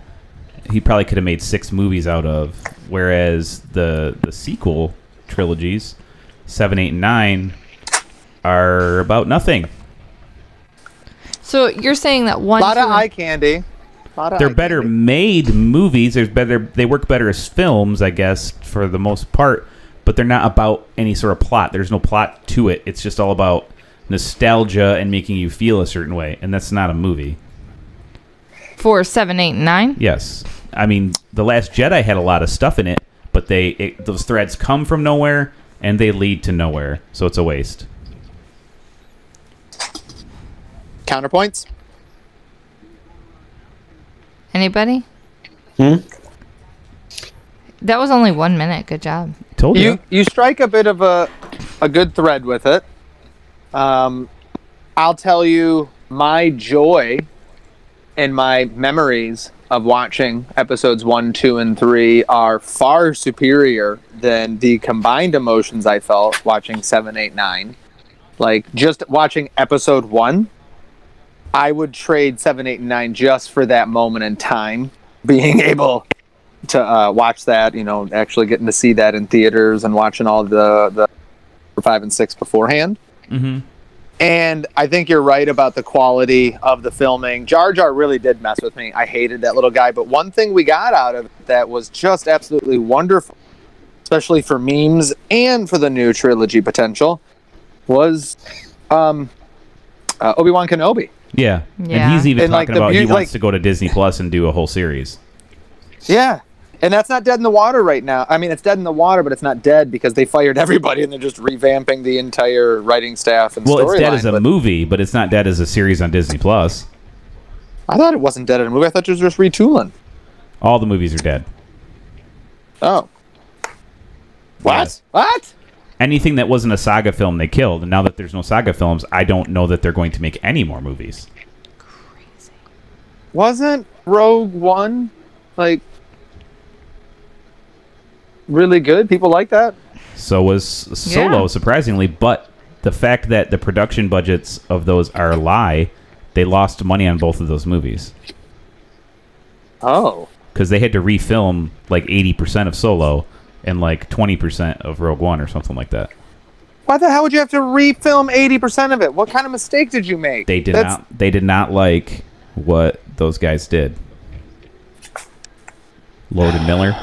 he probably could have made six movies out of. Whereas the the sequel trilogies, seven, eight, and nine, are about nothing. So you're saying that one. A lot two, of and- eye candy. Lot of They're eye better candy. made movies. There's better. They work better as films, I guess, for the most part. But they're not about any sort of plot. There's no plot to it. It's just all about nostalgia and making you feel a certain way. And that's not a movie. four, seven, eight, and nine? Yes, I mean, the Last Jedi had a lot of stuff in it, but they it, those threads come from nowhere and they lead to nowhere. So it's a waste. Counterpoints? Anybody? Hmm? That was only one minute. Good job. Told you. You you strike a bit of a a good thread with it. Um, I'll tell you my joy and my memories of watching episodes one, two, and three are far superior than the combined emotions I felt watching seven, eight, nine. Like just watching episode one, I would trade seven, eight, and nine just for that moment in time, being able to uh, watch that. You know, actually getting to see that in theaters and watching all the the five and six beforehand. Mm-hmm. And I think you're right about the quality of the filming. Jar Jar really did mess with me. I hated that little guy. But one thing we got out of it that was just absolutely wonderful, especially for memes and for the new trilogy potential, was um, uh, Obi Wan Kenobi. Yeah. and Yeah. he's even And, like, talking the about he mu- wants like- to go to Disney Plus and do a whole series. Yeah. And that's not dead in the water right now. I mean, it's dead in the water, but it's not dead because they fired everybody and they're just revamping the entire writing staff and Well, it's dead storyline, as a but movie, but it's not dead as a series on Disney Plus. I thought it wasn't dead in a movie. I thought it was just retooling. All the movies are dead. Oh. What? Yes. What? Anything that wasn't a saga film, they killed. And now that there's no saga films, I don't know that they're going to make any more movies. Wasn't Rogue One like really good. People like that. So was Solo, Yeah. surprisingly. But the fact that the production budgets of those are a lie, they lost money on both of those movies Oh, because they had to refilm like 80% of Solo and like 20% of Rogue One or something like that. why the hell would you have to refilm eighty percent of it? What kind of mistake did you make? They did That's- not. They did not like what those guys did. Lord and Miller.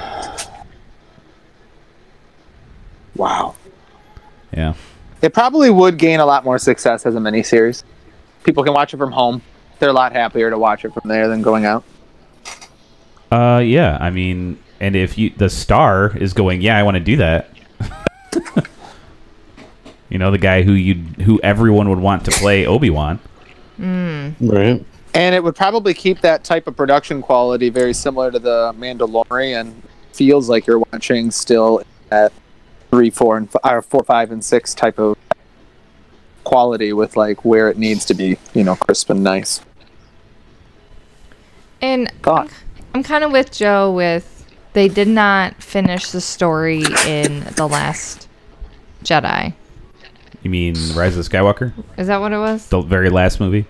Wow. Yeah. It probably would gain a lot more success as a miniseries. People can watch it from home. They're a lot happier to watch it from there than going out. Uh, yeah. I mean, and if you the star is going, yeah, I want to do that. you know, the guy who you who everyone would want to play Obi Wan. Right. And it would probably keep that type of production quality very similar to the Mandalorian. Feels like you're watching still at three, four, and f- or four, five, and six type of quality with like where it needs to be, you know, crisp and nice. And God. I'm kind of with Joe with they did not finish the story in The Last Jedi. You mean Rise of Skywalker, Is that what it was? the very last movie?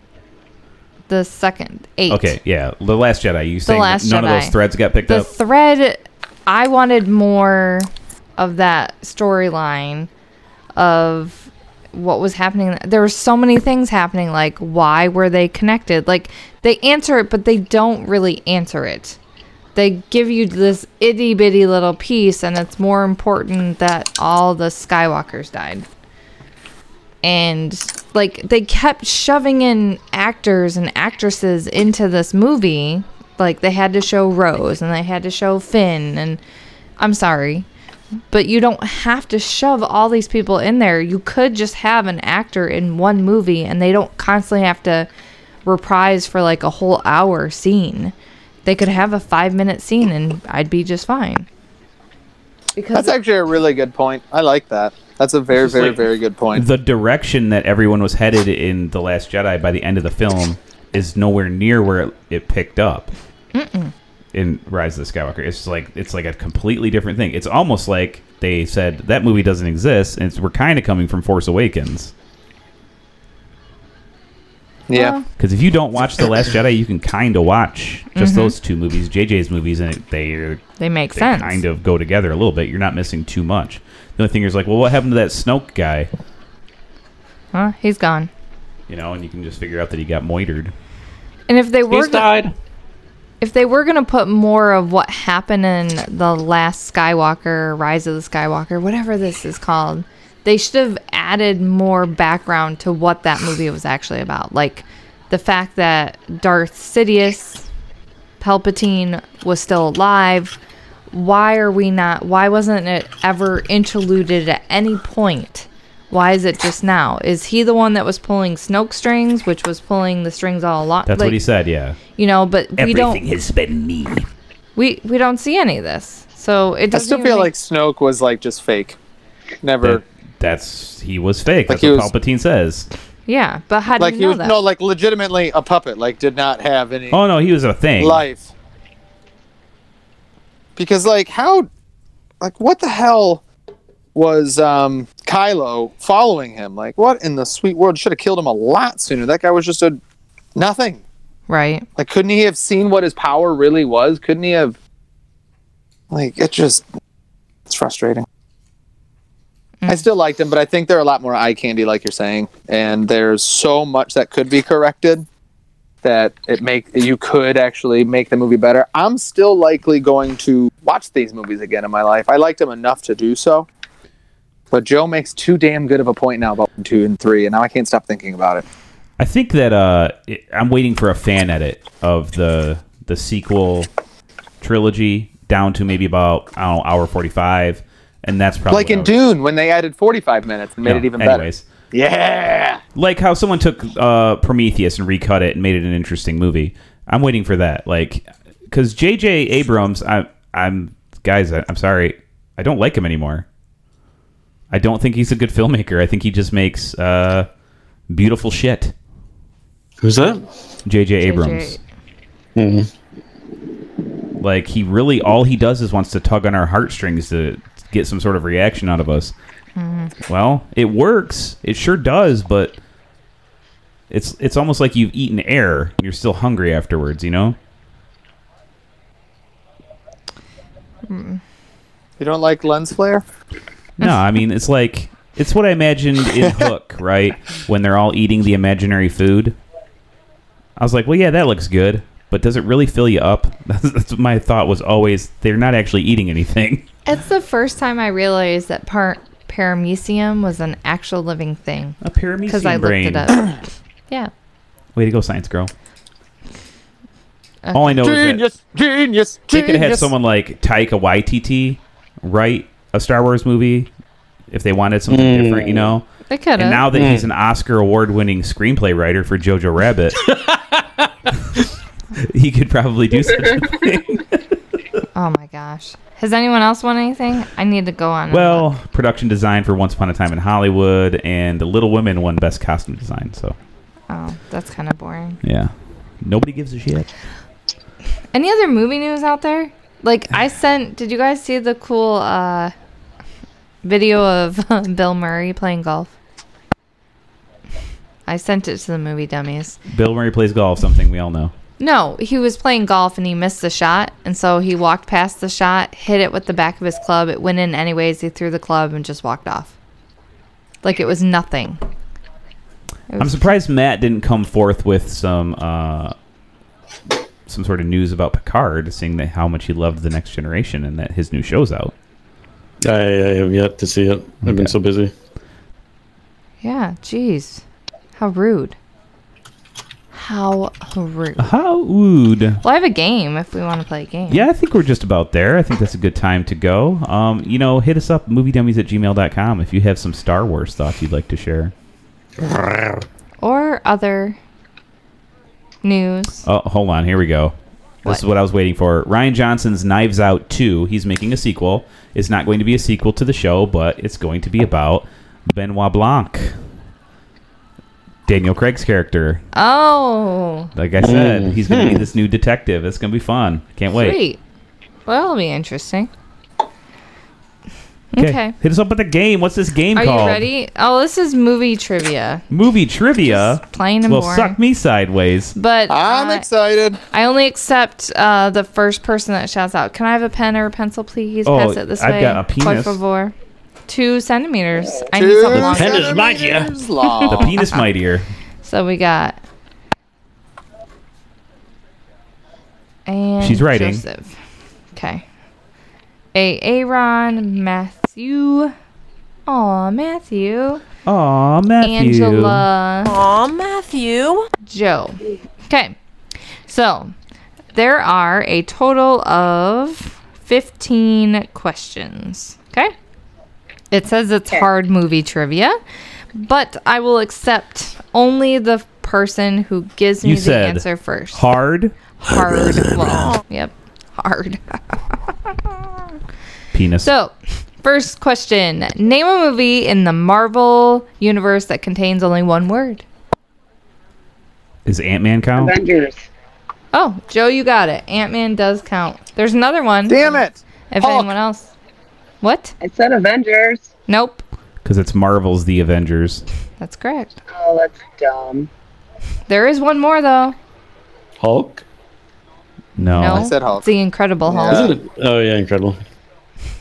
The second eight. Okay, yeah, the Last Jedi. You saying Last none of Jedi. those threads got picked The up? thread I wanted more of that storyline of what was happening. There were so many things happening like why were they connected? Like they answer it but they don't really answer it. They give you this itty bitty little piece and it's more important that all the Skywalkers died. and like they kept shoving in actors and actresses into this movie like they had to show rose and they had to show finn and i'm sorry but you don't have to shove all these people in there you could just have an actor in one movie and they don't constantly have to reprise for like a whole hour scene they could have a five minute scene and i'd be just fine because That's actually a really good point. I like that. That's a very, very, like- very good point. the direction that everyone was headed in the last jedi by the end of the film is nowhere near where it, it picked up in rise of the skywalker it's like it's like a completely different thing it's almost like they said that movie doesn't exist and it's, we're kind of coming from force awakens yeah. because if you don't watch the last jedi you can kind of watch just those two movies jj's movies and it, they they make they Mm-hmm. sense kind of go together a little bit you're not missing too much the only thing is like well what happened to that snoke guy huh? he's gone you know and you can just figure out that he got moitered and if they were He's go- died. if they were going to put more of what happened in the last Skywalker, Rise of the Skywalker, whatever this is called, they should have added more background to what that movie was actually about. Like the fact that Darth Sidious Palpatine was still alive. Why are we not why wasn't it ever interluded at any point? Why is it just now? Is he the one that was pulling Snoke strings, which was pulling the strings all along? that's Like, what he said yeah You know, but we don't has been me. we we don't see any of this. So it I doesn't. still even feel make- like Snoke was like just fake. Never that's he was fake. Like that's what he was- Palpatine says. yeah, but how do like you he know was that? no like legitimately a puppet, like did not have any Oh no, he was a thing. life. Because like how like what the hell was um Kylo following him? Like what in the sweet world should have killed him a lot sooner. That guy was just a nothing. right? Like couldn't he have seen what his power really was? Couldn't he have like it just it's frustrating. I still liked him, but I think they're a lot more eye candy like you're saying. And there's so much that could be corrected that it make you could actually make the movie better. I'm still likely going to watch these movies again in my life. I liked them enough to do so. But Joe makes too damn good of a point now about one, two, and three, and now I can't stop thinking about it. I think that uh, it, I'm waiting for a fan edit of the the sequel trilogy down to maybe about I don't know hour 45, and that's probably Like what I in would- Dune when they added 45 minutes and made No, it even better. Oh, anyways, Yeah. like how someone took uh, Prometheus and recut it and made it an interesting movie. I'm waiting for that, like, because J.J. Abrams, I'm, I'm, guys, I, I'm sorry, I don't like him anymore. I don't think he's a good filmmaker. I think he just makes uh, beautiful shit. Who's that? J.J. Abrams, JJ Like he really, all he does is wants to tug on our heartstrings to get some sort of reaction out of us. Well, it works. It sure does, but it's it's almost like you've eaten air. You're still hungry afterwards, you know? You don't like lens flare? No, I mean it's like it's what I imagined in Hook, right? When they're all eating the imaginary food. I was like, well, yeah, that looks good, but does it really fill you up? That's, that's what my thought was always. They're not actually eating anything. It's the first time I realized that par- paramecium was an actual living thing A pyramid because I looked brain. it up. yeah. Way to go, science girl. Uh, All I know is that Genius, genius, they could genius. have had someone like Taika Waititi write a Star Wars movie if they wanted something different, you know. They could And now have. that he's an Oscar award-winning screenplay writer for Jojo Rabbit, he could probably do such a thing. Oh my gosh. Has anyone else won anything? I need to go on. and Well, look. production design for Once Upon a Time in Hollywood and Little Women won Best Costume Design. So Oh, that's kind of boring. yeah, nobody gives a shit. Any other movie news out there? Like I sent. Did you guys see the cool uh, video of Bill Murray playing golf? I sent it to the movie dummies. Bill Murray plays golf, something we all know. No, he was playing golf and he missed the shot, and so he walked past the shot, hit it with the back of his club. It went in anyways. He threw the club and just walked off, like it was nothing. I'm surprised Matt didn't come forth with some uh, some sort of news about Picard, seeing that how much he loved the Next Generation and that his new show's out. I, I have yet to see it. I've been so busy. Yeah, jeez. How rude. How rude. Well, How would? I have a game if we want to play a game. Yeah, I think we're just about there. I think that's a good time to go. Um, you know, hit us up, moviedummies at gmail.com, if you have some Star Wars thoughts you'd like to share. Or other news. Oh, hold on. Here we go. This is What? what I was waiting for. Ryan Johnson's Knives Out 2. He's making a sequel. It's not going to be a sequel to the show, but it's going to be about Benoit Blanc, Daniel Craig's character. Oh, Like I said, he's going to be this new detective. It's going to be fun. Can't wait. Hmm. sweet. Well, that'll be interesting. Okay. Hit us up with the game. What's this game Are called? you ready? Oh, this is movie trivia. Movie trivia. Plain and Well, boring. suck me sideways. But I'm uh, excited. I only accept uh, the first person that shouts out. Can I have a pen or a pencil, please? Oh, Pass it this I've way. got a penis. Por favor. Two centimeters. I need Two something longer. pen is mine, yeah. centimeters long. The penis mightier. So we got. And She's writing. Joseph. Okay. A. Aaron, Matthew. Aw, Matthew. Aw, Matthew. Angela. Aw, Matthew. Joe. Okay. So there are a total of 15 questions. Okay. It says it's hard movie trivia, but I will accept only the person who gives me You the said answer first. Hard hard. well, yep. Hard. penis. So, first question Name a movie in the Marvel universe that contains only one word. Is Ant Man count? Avengers. Oh, Joe, you got it. Ant Man does count. There's another one. Damn it! If Hulk. anyone else. What? I said Avengers. Nope. Because it's Marvel's The Avengers. That's correct. Oh, that's dumb. There is one more, though. Hulk? No. No. I said Hulk. It's the Incredible Hulk. Yeah. Isn't it? Oh, yeah, incredible.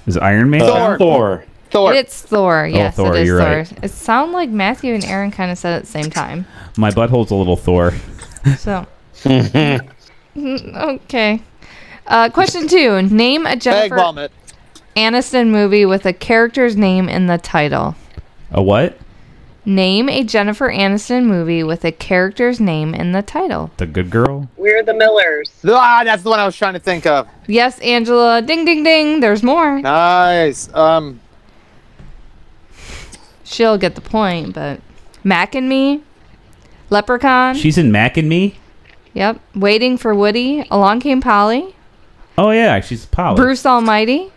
Is Iron Man? Thor. Thor. Thor. It's Thor. Yes, Oh, Thor, it is you're Thor. right. It sounded like Matthew and Aaron kind of said it at the same time. My butthole's a little Thor. So. Mm, okay. Uh, question two. Name a Bag Jennifer bomb it. Aniston movie with a character's name in the title. A what? Name a Jennifer Aniston movie with a character's name in the title. The Good Girl? We're the Millers. Ah, that's the one I was trying to think of. Yes, Angela. Ding, ding, ding. There's more. Nice. Um, She'll get the point, but Mac and Me, Leprechaun. She's in Mac and Me? yep. Waiting for Woody. Along Came Polly. Oh, yeah. She's Polly. Bruce Almighty.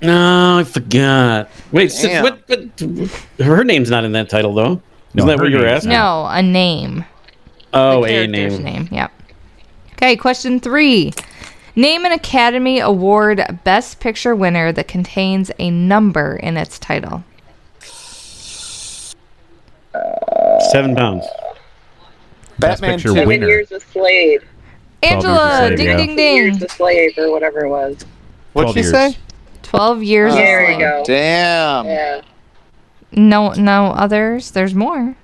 No, I forgot. Wait, s- Damn. what, what? Her name's not in that title, though. No, Isn't that her what you were name's asking? No, a name. Oh, a character's name. name. Yep. Okay. Question three. Name an Academy Award Best Picture winner that contains a number in its title. Seven pounds. Batman Picture 2. winner. Years a Slave. Twelve Angela, Years a Slave, ding yeah. ding Years ding. a Slave or whatever it was. What'd 12 she years. say? Twelve years. Oh, a There we Slave. go. Damn. Yeah. No, no others. There's more.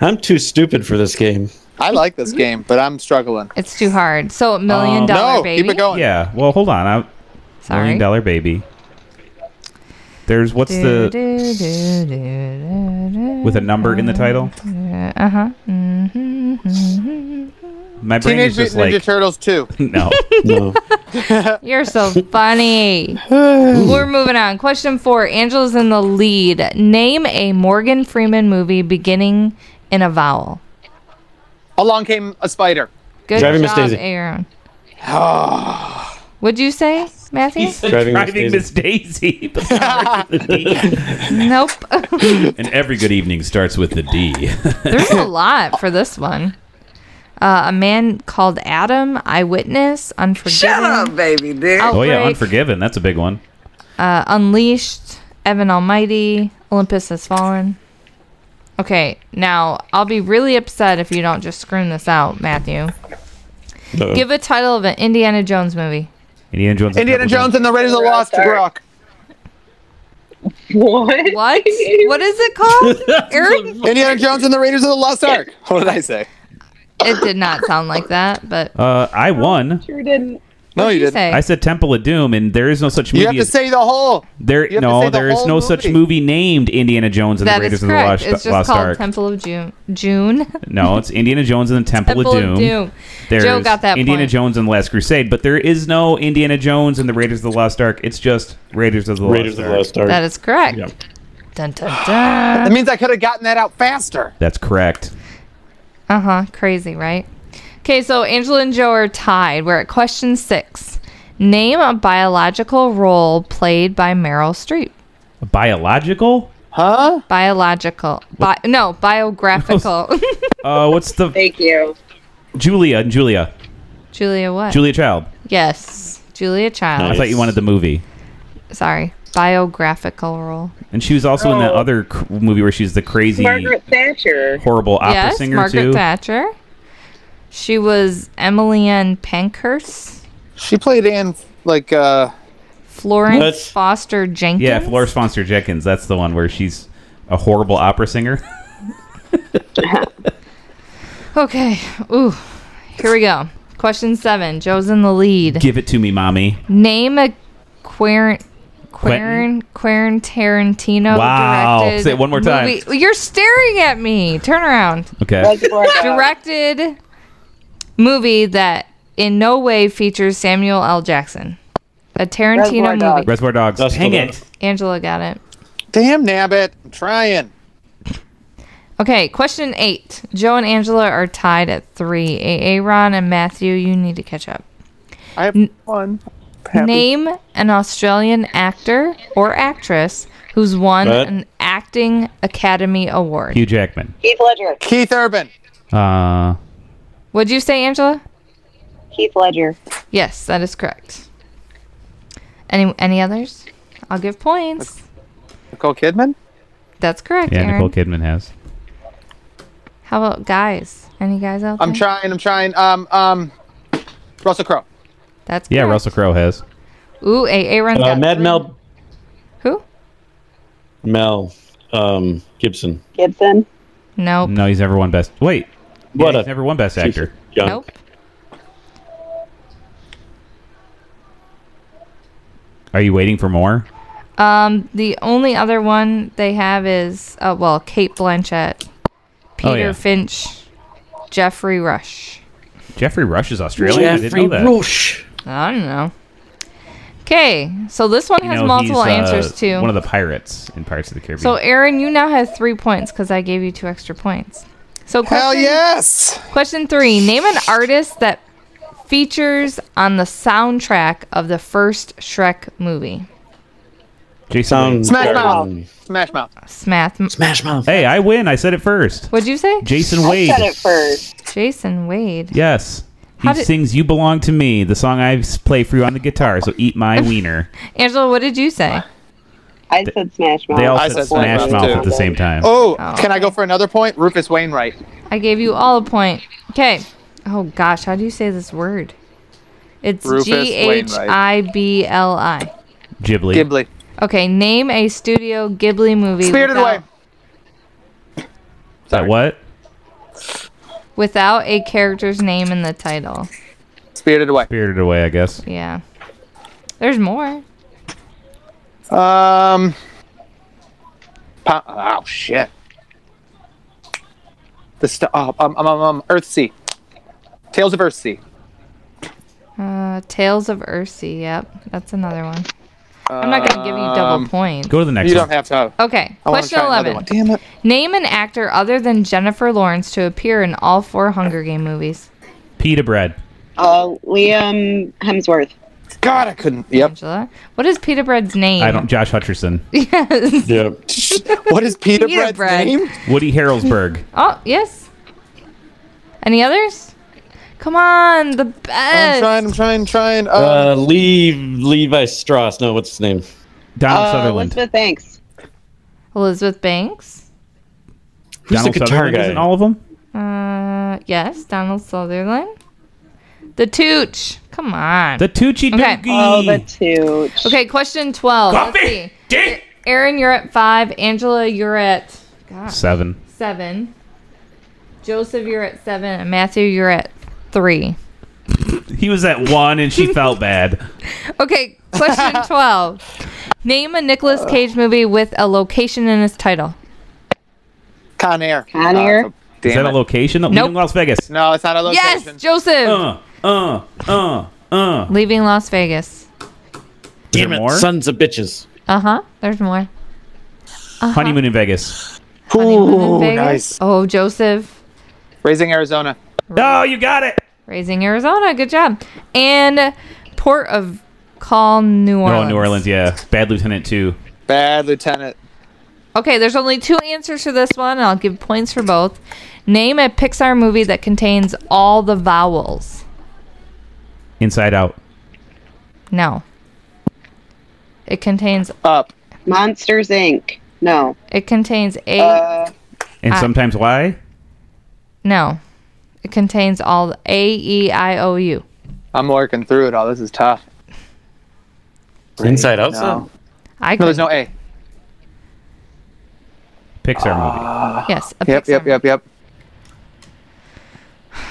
I'm too stupid for this game. I like this game, but I'm struggling. It's too hard. So million Um, dollar no, baby. keep it going. Yeah. Well, hold on. I, Sorry. Million Dollar Baby. There's what's the with a number in the title? Uh huh. Mm-hmm. My brain Teenage is Mutant just Ninja like Turtles 2. no. No. You're so funny. We're moving on. Question four. Angela's in the lead. Name a Morgan Freeman movie beginning in a vowel. Along came a spider. Good Driving Miss job, Daisy. Aaron. Would you say, Matthew? Driving Miss Driving Daisy. Miss Daisy. but not with the nope. D. and every good evening starts with the D. There's a lot for this one. Uh, a man called Adam, Eyewitness, Shut Unforgiven, up, baby, dick. Oh. oh yeah, Outbreak. Unforgiven. That's a big one. uh, Unleashed, Evan Almighty, Olympus Has Fallen. Okay, now I'll be really upset if you don't just scream this out, Matthew. Uh-oh. Give a title of an Indiana Jones movie. Indiana Jones. and Indiana Temple Jones and the Raiders of the Lost Rock. What? What? what is it called? Aaron? Indiana Jones and the Raiders of the Lost Ark. What did I say? It did not sound like that, but Jam. Uh, I won. Sure didn't. No, you you didn't. say? Oh, I said Temple of Doom, and there is no such movie. You have to as, say the whole. there, have to no, say the there is whole no such movie. movie named Indiana Jones and that the Raiders is of the correct. Lost, It's just Lost called Ark. Temple of June. June. no, it's Indiana Jones and the Temple, Temple of Doom. of Doom. There's Joe got that Indiana point. Jones and the Last Crusade, but there is no Indiana Jones and the Raiders of the Lost Ark. It's just Raiders of the Raiders Lost of Ark. the Lost Ark. That is correct. Yep. Dun, dun, dun. That means I could have gotten that out faster. That's correct. Uh huh. Crazy, right? Okay, so Angela and Joe are tied. We're at question six. Name a biological role played by Meryl Streep. Biological? Huh? Biological. Bi- no, biographical. Uh, what's the Thank you. Julia and Julia? Julia what? Julia Child. yes. Julia Child. I thought you wanted the movie, Sorry. Biographical role. and she was also in the Oh. other cr- movie where she's the crazy, Margaret Thatcher. horrible opera yes, singer Margaret too. Thatcher. She was Emily Ann Pankhurst. She played in like uh Florence What? Foster Jenkins. Yeah, Florence Foster Jenkins. That's the one where she's a horrible opera singer. Okay. Ooh. Here we go. Question seven. Joe's in the lead. Give it to me, mommy. Name a Quern Quern Quern Tarantino Wow. directed. Say it one more time. movie- You're staring at me. Turn around. Okay. uh, Directed movie that in no way features Samuel L. Jackson. A Reservoir Tarantino movie. Dogs. Reservoir Dogs. That's Hang the it. one. Angela got it. damn nabbit. I'm trying. Okay, question eight. Joe and Angela are tied at three. Aaron and Matthew, you need to catch up. I have fun. Name an Australian actor or actress who's won Brett? an acting Academy Award. Hugh Jackman. Keith Ledger. Keith Urban. Uh, Would you say Angela? Keith Ledger. Yes, that is correct. Any any others? I'll give points. Nicole Kidman? That's correct, yeah, Aaron. Nicole Kidman has. How about guys? Any guys out there? I'm trying, I'm trying. Um um Russell Crowe. That's Yeah, correct. Russell Crowe has. Ooh, a Aaron. Uh, got Mad three. Mel Who? Mel um, Gibson. Gibson. Nope. No, he's never won best. Wait, yeah, What he's a- never won best actor. Young. Nope. Are you waiting for more? Um, the only other one they have is uh, well, Kate Blanchett, Peter Oh, yeah. Finch, Jeffrey Rush. Jeffrey Rush is Australian. I didn't know that. I don't know. Okay, so this one You has know, multiple he's, uh, answers too. One of the pirates in Pirates of the Caribbean. So, Aaron, you now have three points because I gave you two extra points. So, question, Hell yes. question three Name an artist that features on the soundtrack of the first Shrek movie. Jason. Sound Wade. Smash Garden. Smash Mouth. Smath. Smash Mouth. Hey, I win. I said it first. What'd you say? Jason I Wade. said it first. Jason Wade. Yes. He How did- sings "You Belong to Me," the song I s- play for you on the guitar. So eat my wiener. Angela, what did you say? I said Smash Mouth. They all Oh, I said said Smash Smash Mouth Mouth, at the too. same time. Oh, Oh. can I go for another point? Rufus Wainwright. I gave you all a point. Okay. Oh gosh, how do you say this word? It's Rufus G H I B L I. Ghibli. Ghibli. Okay, name a Studio Ghibli movie Spirited without, Away. Is that what? without a character's name in the title. Spirited Away. Spirited Away, I guess. Yeah. There's more. Um. Po- oh shit. The st- oh, um, um, um, um, Earthsea. Tales of Earthsea. Uh, Tales of Ursi. Yep, that's another one. I'm not gonna give you double Um, points. Go to the next You one. don't have to. Okay, I wanna question try another eleven. one. Damn it. Name an actor other than Jennifer Lawrence to appear in all four Hunger Game movies. Pita bread. Uh, Liam Hemsworth. God, I couldn't. Yep. Angela, what is Pita Bread's name? I don't. Josh Hutcherson. Yes. Yep. what is Peter, Peter Bread's Bread. name? Woody Harrelsberg. Oh, yes. Any others? Come on, the best. I'm trying. I'm trying. Trying. Uh, Uh, Lee Levi Strauss. No, what's his name? Donald Uh, Sutherland. Elizabeth Banks. Elizabeth Banks. Who's Donald the guitar Sutherland is in guy? all of them. Uh, yes, Donald Sutherland. The Tooch. Come on. The Tucci Okay. Doogie. Oh, the two. okay, question twelve. Let's see. Dick. Aaron, you're at five. Angela, you're at gosh, Seven. seven. Joseph, you're at seven. And Matthew, you're at three. He was at one, and she felt bad. Okay, question 12. Name a Nicolas Uh. Cage movie with a location in its title. Con Air. Con Uh, Air? damn Is that a it. location? Nope. Nope. Leaving Las Vegas. no, it's not a location. Yes, Joseph. Uh, uh, uh, uh. Leaving Las Vegas. Damn it, more? sons of bitches. Uh huh. There's more. Honeymoon in Vegas. Honeymoon in Ooh, Vegas. nice. Oh, Joseph. Raising Arizona. Oh, you got it. Raising Arizona. Good job. And Port of Call, New Orleans. Oh, New Orleans. Yeah. Bad Lieutenant too. Bad Lieutenant. Okay, there's only two answers to this one, and I'll give points for both. Name a Pixar movie that contains all the vowels. Inside Out. No. It contains Up. Monsters Inc. No. it contains eight Uh, And sometimes why? No. It contains all the A E I O U. I'm working through it all. This is tough. Inside Out. No. I No, could, there's no A. Pixar movie. yes. A Yep, yep, Pixar yep, yep.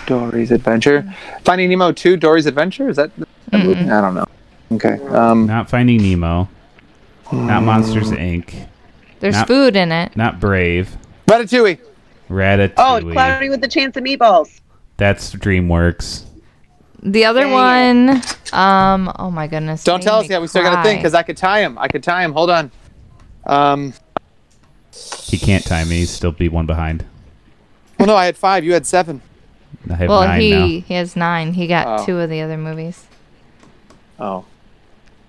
Dory's Adventure. Finding Nemo 2, Dory's Adventure? Is that that movie? I don't know. Okay. Um, Not Finding Nemo. Not Hmm. Monsters Inc. movie. There's Not- food in it. Not Brave. Ratatouille. Ratatouille. oh, Cloudy with a Chance of Meatballs. That's DreamWorks. The other Dang one, um, oh my goodness. Don't tell us yet. We still got to think because I- I could tie him. I could tie him. Hold on. Um, He can't time me. He'd still be one behind. well, no, I had five. You had seven. I have well, nine he now. he has nine. He got Oh. two of the other movies. Oh.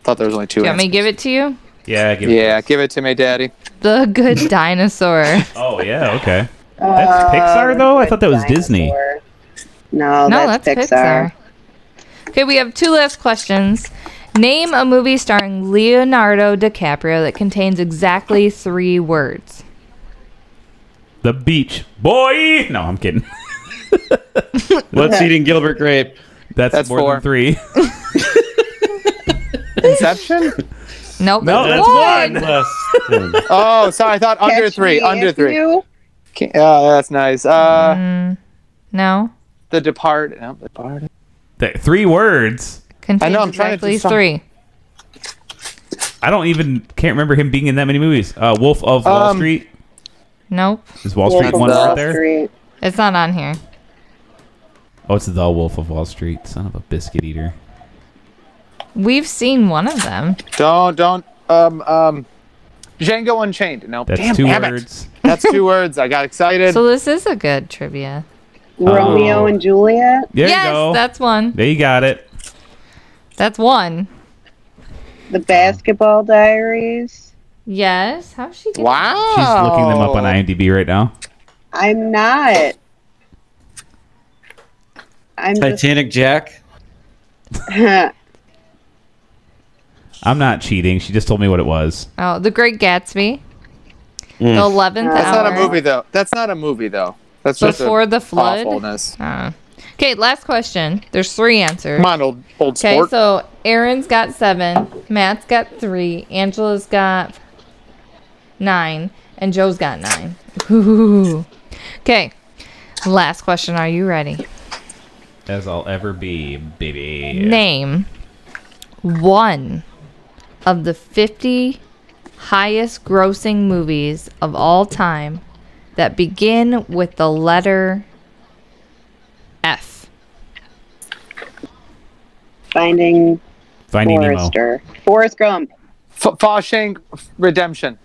Thought there was only two. Do you want me to answers. give it to you? Yeah. Give yeah, give it to me, Daddy. The Good Dinosaur. Oh yeah. Okay. Uh, That's Pixar though. Oh, I thought that was Disney. Dinosaur. No, no, that's, that's Pixar. Okay, we have two last questions. Name a movie starring Leonardo DiCaprio that contains exactly three words. The Beach Boy. No, I'm kidding. What's eating Gilbert Grape? That's, That's more four. than three. Inception? Nope. No, that's one. Less than- oh, sorry. I thought under Catch three. Me Under If three. You- Mm. Can't- Oh, that's nice. Uh, No. The Depart. No, The Depart. Th- three words. Contains know, I'm trying to exactly do some- three. I don't even can't remember him being in that many movies. Uh, Wolf of Wall Um, Street Nope. is Wall Wolf Street of one Wall right there. Street. It's not on here. Oh, it's the Wolf of Wall Street. Son of a biscuit eater. We've seen one of them. Don't don't um um Django Unchained. No, That's damn, two damn it. words. That's two words. I got excited. So this is a good trivia. Romeo Oh. and Juliet. There yes, you go. that's one. there you got it. That's one. The Basketball Diaries. Yes. How's she get wow. She's looking them up Oh. on IMDb right now. I'm not. I'm just. Titanic Jack. I'm not cheating. She just told me what it was. Oh, The Great Gatsby. Mm. The eleventh That's hour. not a movie though. That's not a movie though. That's just Before a the flood? Awfulness. Uh, okay, last question. There's three answers. Come on, old old Okay, sport. so Aaron's got seven, Matt's got three, Angela's got nine, and Joe's got nine. Ooh. Okay, last question. Are you ready? As I'll ever be, baby. Name one of the 50 highest grossing movies of all time that begin with the letter F. Finding Finding Nemo. Forrester. Forrest Gump. F- Shawshank Redemption.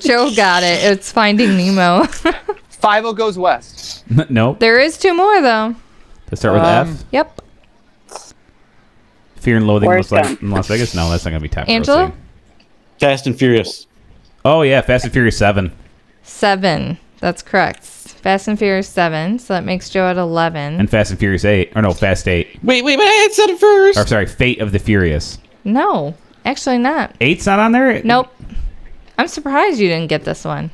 Joe got it. It's Finding Nemo. Five O Goes West. nope. there is two more, though. To start with Um, F. Yep. Fear and Loathing in Las, Forrest Vegas, Gump. in Las Vegas. No, that's not gonna be time. Angela? Fast and Furious. Oh yeah, Fast and Furious Seven. Seven. That's correct. Fast and Furious seven. So that makes Joe at eleven. And Fast and Furious Eight. Or no, Fast Eight. Wait, wait, wait! I said it first. Or sorry, Fate of the Furious. no, actually not. Eight's not on there. Nope. I'm surprised you didn't get this one.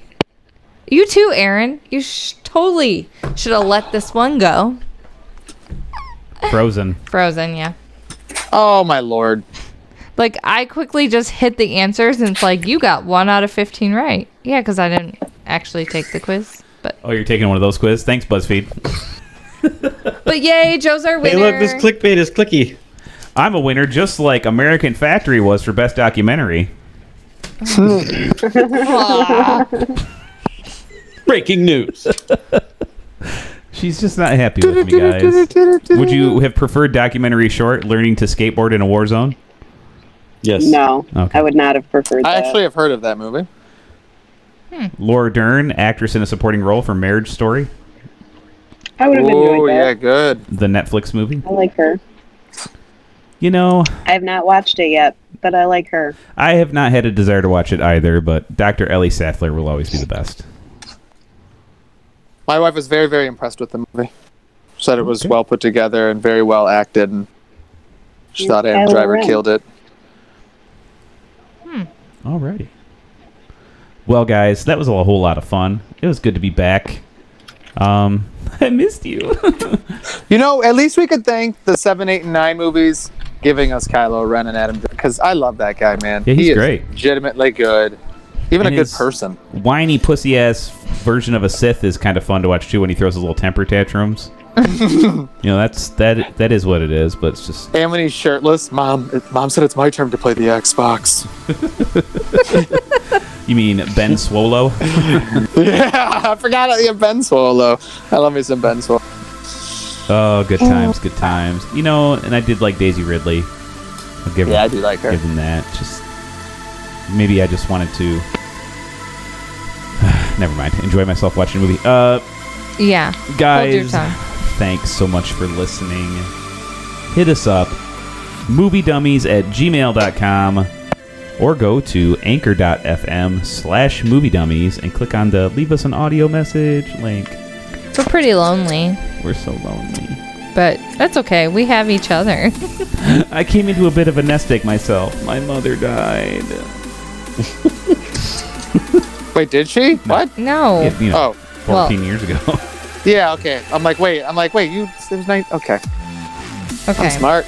You too, Aaron. You sh- totally should have let this one go. Frozen. Frozen, yeah. Oh my lord. Like I quickly just hit the answers, and it's like you got one out of fifteen right. Yeah, because I didn't actually take the quiz. But Oh, you're taking one of those quiz. Thanks, BuzzFeed. but yay, Joe's our winner. Hey, look, this clickbait is clicky. I'm a winner, just like American Factory was for best documentary. Breaking news. She's just not happy with me, guys. Would you have preferred documentary short, learning to skateboard in a war zone? Yes. No, Okay. I would not have preferred I that. actually have heard of that movie. Laura Dern, actress in a supporting role for Marriage Story, I would have Oh enjoyed yeah, that. good. the Netflix movie. I like her. You know, I have not watched it yet, but I like her. I have not had a desire to watch it either, but Dr. Ellie Sattler will always be the best. My wife was very very impressed with the movie. Said it was well put together and very well acted, and she thought Adam Kylo Driver Ren. killed it. Alrighty. Well, guys, that was a whole lot of fun. It was good to be back. Um, I missed you. You know, at least we could thank the seven, eight, and nine movies giving us Kylo Ren and Adam because I love that guy, man. Yeah, he's he is great. legitimately good, even And a good his- person. Whiny pussy ass version of a Sith is kind of fun to watch too when he throws his little temper tantrums. you know, that's that that is what it is, but it's just And when he's shirtless, mom, it, mom said it's my turn to play the Xbox. you mean Ben Swolo? yeah, I forgot. Yeah, Ben Swallow. I love me some Ben Swallow. Oh, good times, good times. You know, and I did like Daisy Ridley. I'll give her, Yeah, I do like her. give them that. Just maybe I just wanted to. Never mind. Enjoy myself watching a movie. Uh, yeah, Hold your guys, tongue. thanks so much for listening. Hit us up, moviedummies at gmail.com, or go to anchor.fm slash moviedummies and click on the leave us an audio message link. We're pretty lonely, We're so lonely. but that's okay. We have each other. I came into a bit of a nest egg myself. My mother died. Wait, did she? What? no. Yeah, you know, Oh, 14 Well- years ago. yeah. Okay. I'm like, wait. I'm like, wait. You. It was nice. Okay. okay. Smart.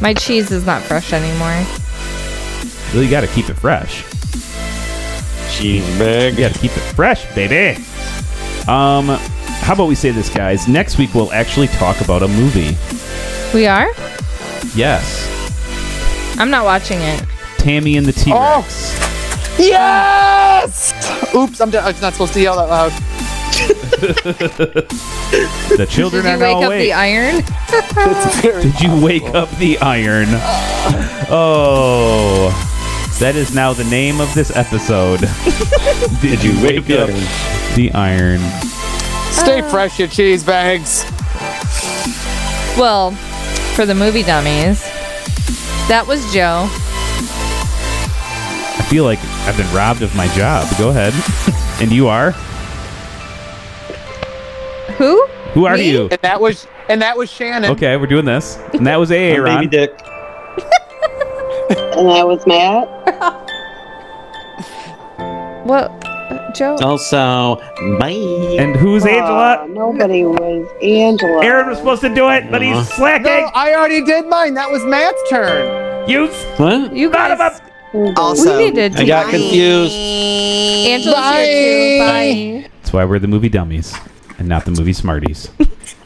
My cheese is not fresh anymore. well, you got to keep it fresh. Cheesebag. You got to keep it fresh, baby. Um, how about we say this, guys? Next week we'll actually talk about a movie. We are? Yes, I'm not watching it. Tammy and the T Rex. Yes. Oops. I'm. done. I was not supposed to yell that loud. The children Did are you wake now up awake. the iron? It's very. Did you wake up the iron? Oh, that is now the name of this episode. Did, you wake, up the iron? Stay fresh, you cheese bags. Well, for the movie dummies, that was Joe. I feel like I've been robbed of my job. Go ahead. And you are? Who? Who are you? And that was and that was Shannon. Okay, we're doing this. And that was Baby Aaron. dick. And that was Matt. What, Joe? Also, bye. And who's Aw, Ah. Angela? nobody was Angela. Aaron was supposed to do it, but Uh-huh. he's slacking. No, I already did mine. That was Matt's turn. You s- What? You Bottom guys, Also, we need to. I got confused. Angela's here too. Bye. That's why we're the movie dummies and not the movie smarties.